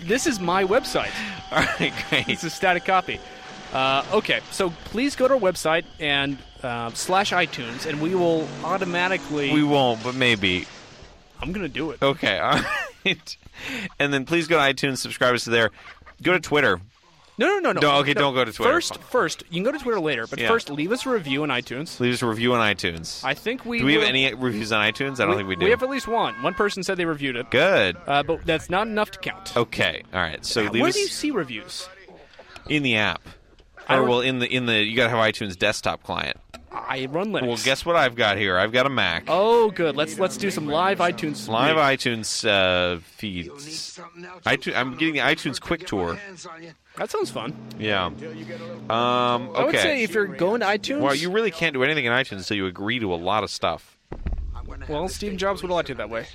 B: This is my website.
A: All right. Great.
B: It's a static copy. Uh, okay, so please go to our website and uh, slash iTunes, and we will automatically.
A: We Oh. won't, but maybe.
B: I'm gonna do it.
A: Okay. All right. And then please go to iTunes. Subscribe us there. Go to Twitter.
B: No, no, no, no.
A: No, okay, don't go to Twitter.
B: First, first, you can go to Twitter later, but
A: Yeah.
B: first, leave us a review on iTunes.
A: Leave us a review on iTunes.
B: I think we
A: do we have
B: will-
A: any reviews on iTunes? I don't think we do.
B: We have at least one. One person said they reviewed it.
A: Good.
B: Uh, but that's not enough to count.
A: Okay. All right. So leave
B: Where
A: us
B: do you see reviews?
A: in the app.
B: I
A: Or
B: would-
A: well, in the in the you gotta have iTunes desktop client.
B: I run Linux.
A: Well, guess what I've got here? I've got a Mac.
B: Oh, good. Let's let's do some live iTunes.
A: Live
B: read.
A: iTunes uh, feeds. iTunes, I'm getting the iTunes Quick Tour.
B: That sounds fun.
A: Yeah. Um.
B: I would say
A: Okay.
B: if you're going to iTunes,
A: Well, you really can't do anything in iTunes until you agree to a lot of stuff.
B: well, Steve Jobs would have liked it that way.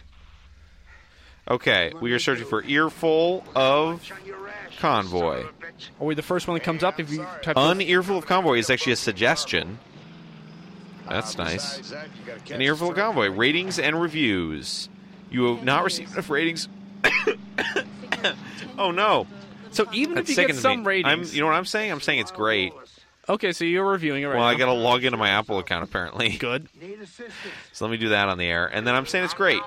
A: Okay, we are searching for earful of convoy.
B: Are we the first one that comes up if you type
A: An
B: this?
A: earful of convoy is actually a suggestion. That's nice.
H: Besides that, you gotta catch
A: An earful of
H: the
A: convoy ratings and reviews. You have not received enough ratings. oh no!
B: So even if
A: That's
B: you
A: sickening
B: get
A: to
B: some
A: me. I'm,
B: ratings,
A: you know what I'm saying? I'm saying it's great.
B: okay, so you're reviewing it right
A: Well, I
B: now.
A: gotta log into my Apple account apparently.
B: good.
A: So let me do that on the air, and then I'm saying it's great.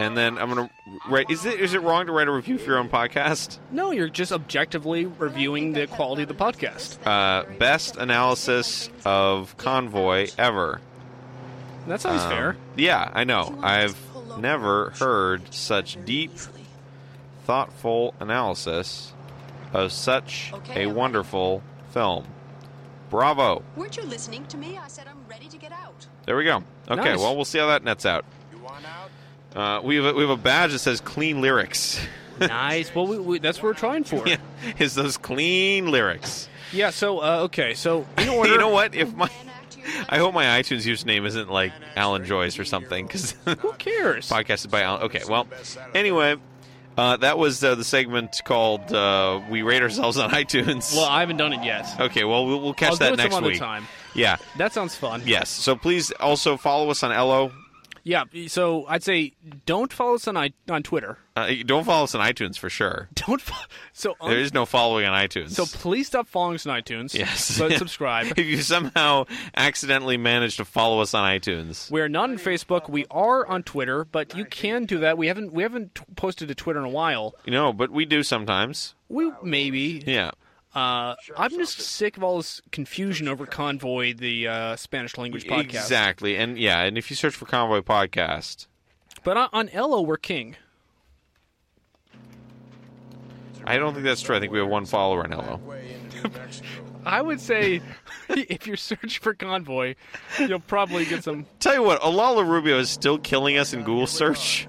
A: And then I'm gonna write. Is it is it wrong to write a review for your own podcast?
B: No, you're just objectively reviewing the quality of the podcast.
A: Uh, best analysis of convoy ever.
B: That sounds
A: Um,
B: fair.
A: Yeah, I know. I've never heard such deep, thoughtful analysis of such a wonderful film. Bravo.
I: Weren't you listening to me? I said I'm ready to get out.
A: There we go. Okay,
B: Nice.
A: well, we'll see how that nets out. Uh, we, have a, we have a badge that says clean lyrics.
B: nice. Well, we, we, that's what we're trying for. Yeah.
A: Is those clean lyrics?
B: so uh, okay. So in order,
A: You know what? If my, I hope my iTunes username isn't like Alan Joyce or something, because
B: who cares?
A: podcast is by Alan. Okay, well, anyway, Uh, that was uh, the segment called uh, "We Rate Ourselves on iTunes."
B: Well, I haven't done it yet.
A: Okay, well we'll, we'll catch
B: I'll
A: that
B: do it some
A: next
B: other
A: week.
B: time.
A: Yeah.
B: That sounds fun.
A: Yes. So please also follow us on Elo.
B: Yeah. So I'd say don't follow us on I- on Twitter.
A: Uh, don't follow us on iTunes for sure.
B: Don't. Fo- so on-
A: There is no following on iTunes.
B: So please stop following us on iTunes.
A: Yes.
B: But subscribe.
A: if you somehow accidentally manage to follow us on iTunes,
B: We're not on Facebook. We are on Twitter, but you can do that. We haven't we haven't t- posted to Twitter in a while.
A: you know, but we do sometimes.
B: We maybe.
A: Yeah.
B: Uh, I'm just sick of all this confusion over Convoy, the uh, Spanish language podcast.
A: Exactly. And yeah, and if you search for Convoy Podcast,
B: But on, on Elo, we're king.
A: I don't think that's true. I think we have one follower on Elo.
B: I would say if you search for Convoy, you'll probably get some.
A: Tell you what, Alala Rubio is still killing us in Google search,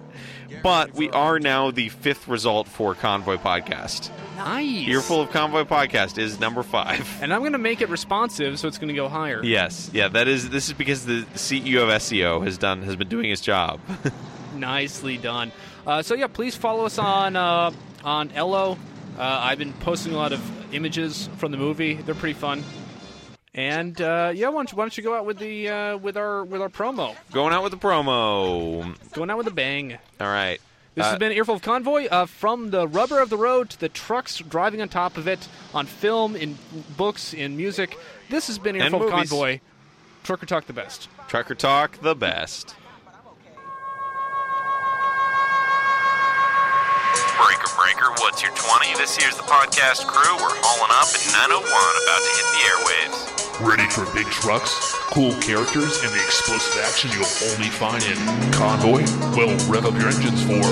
A: but we are now the fifth result for Convoy Podcast.
B: Nice.
A: Earful of Convoy Podcast is number five.
B: And I'm going to make it responsive, so it's going to go higher.
A: Yes, yeah, that is. This is because the CEO of SEO has done has been doing his job.
B: Nicely done. Uh, so yeah, please follow us on uh, on Elo. Uh, I've been posting a lot of images from the movie. They're pretty fun. And uh, yeah, why don't, you, why don't you go out with the uh, with our with our promo?
A: Going out with the promo.
B: Going out with a bang.
A: All right.
B: This
A: Uh,
B: has been Earful of Convoy uh, from the rubber of the road to the trucks driving on top of it on film, in books, in music. This has been
A: And
B: Earful of
A: movies.
B: Convoy. Trucker Talk the best.
A: Trucker Talk, the best.
C: Breaker Breaker, what's your 20? This here's the podcast crew. We're hauling up at 901, about to hit the airwaves.
D: Ready for big trucks, cool characters, and the explosive action you'll only find in Convoy? Well, rev up your engines for.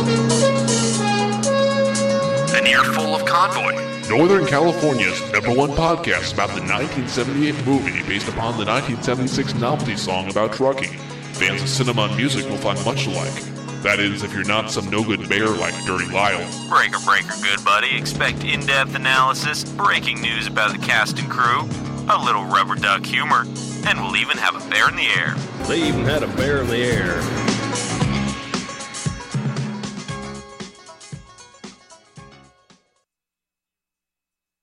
C: An earful of Convoy.
D: Northern California's number one podcast about the 1978 movie based upon the 1976 novelty song about trucking. Fans of cinema and music will find much alike. That is, if you're not some no good bear like Dirty Lyle.
C: Breaker Breaker, good buddy. Expect in depth analysis, breaking news about the cast and crew, a little rubber duck humor, and we'll even have a bear in the air.
E: They even had a bear in the air.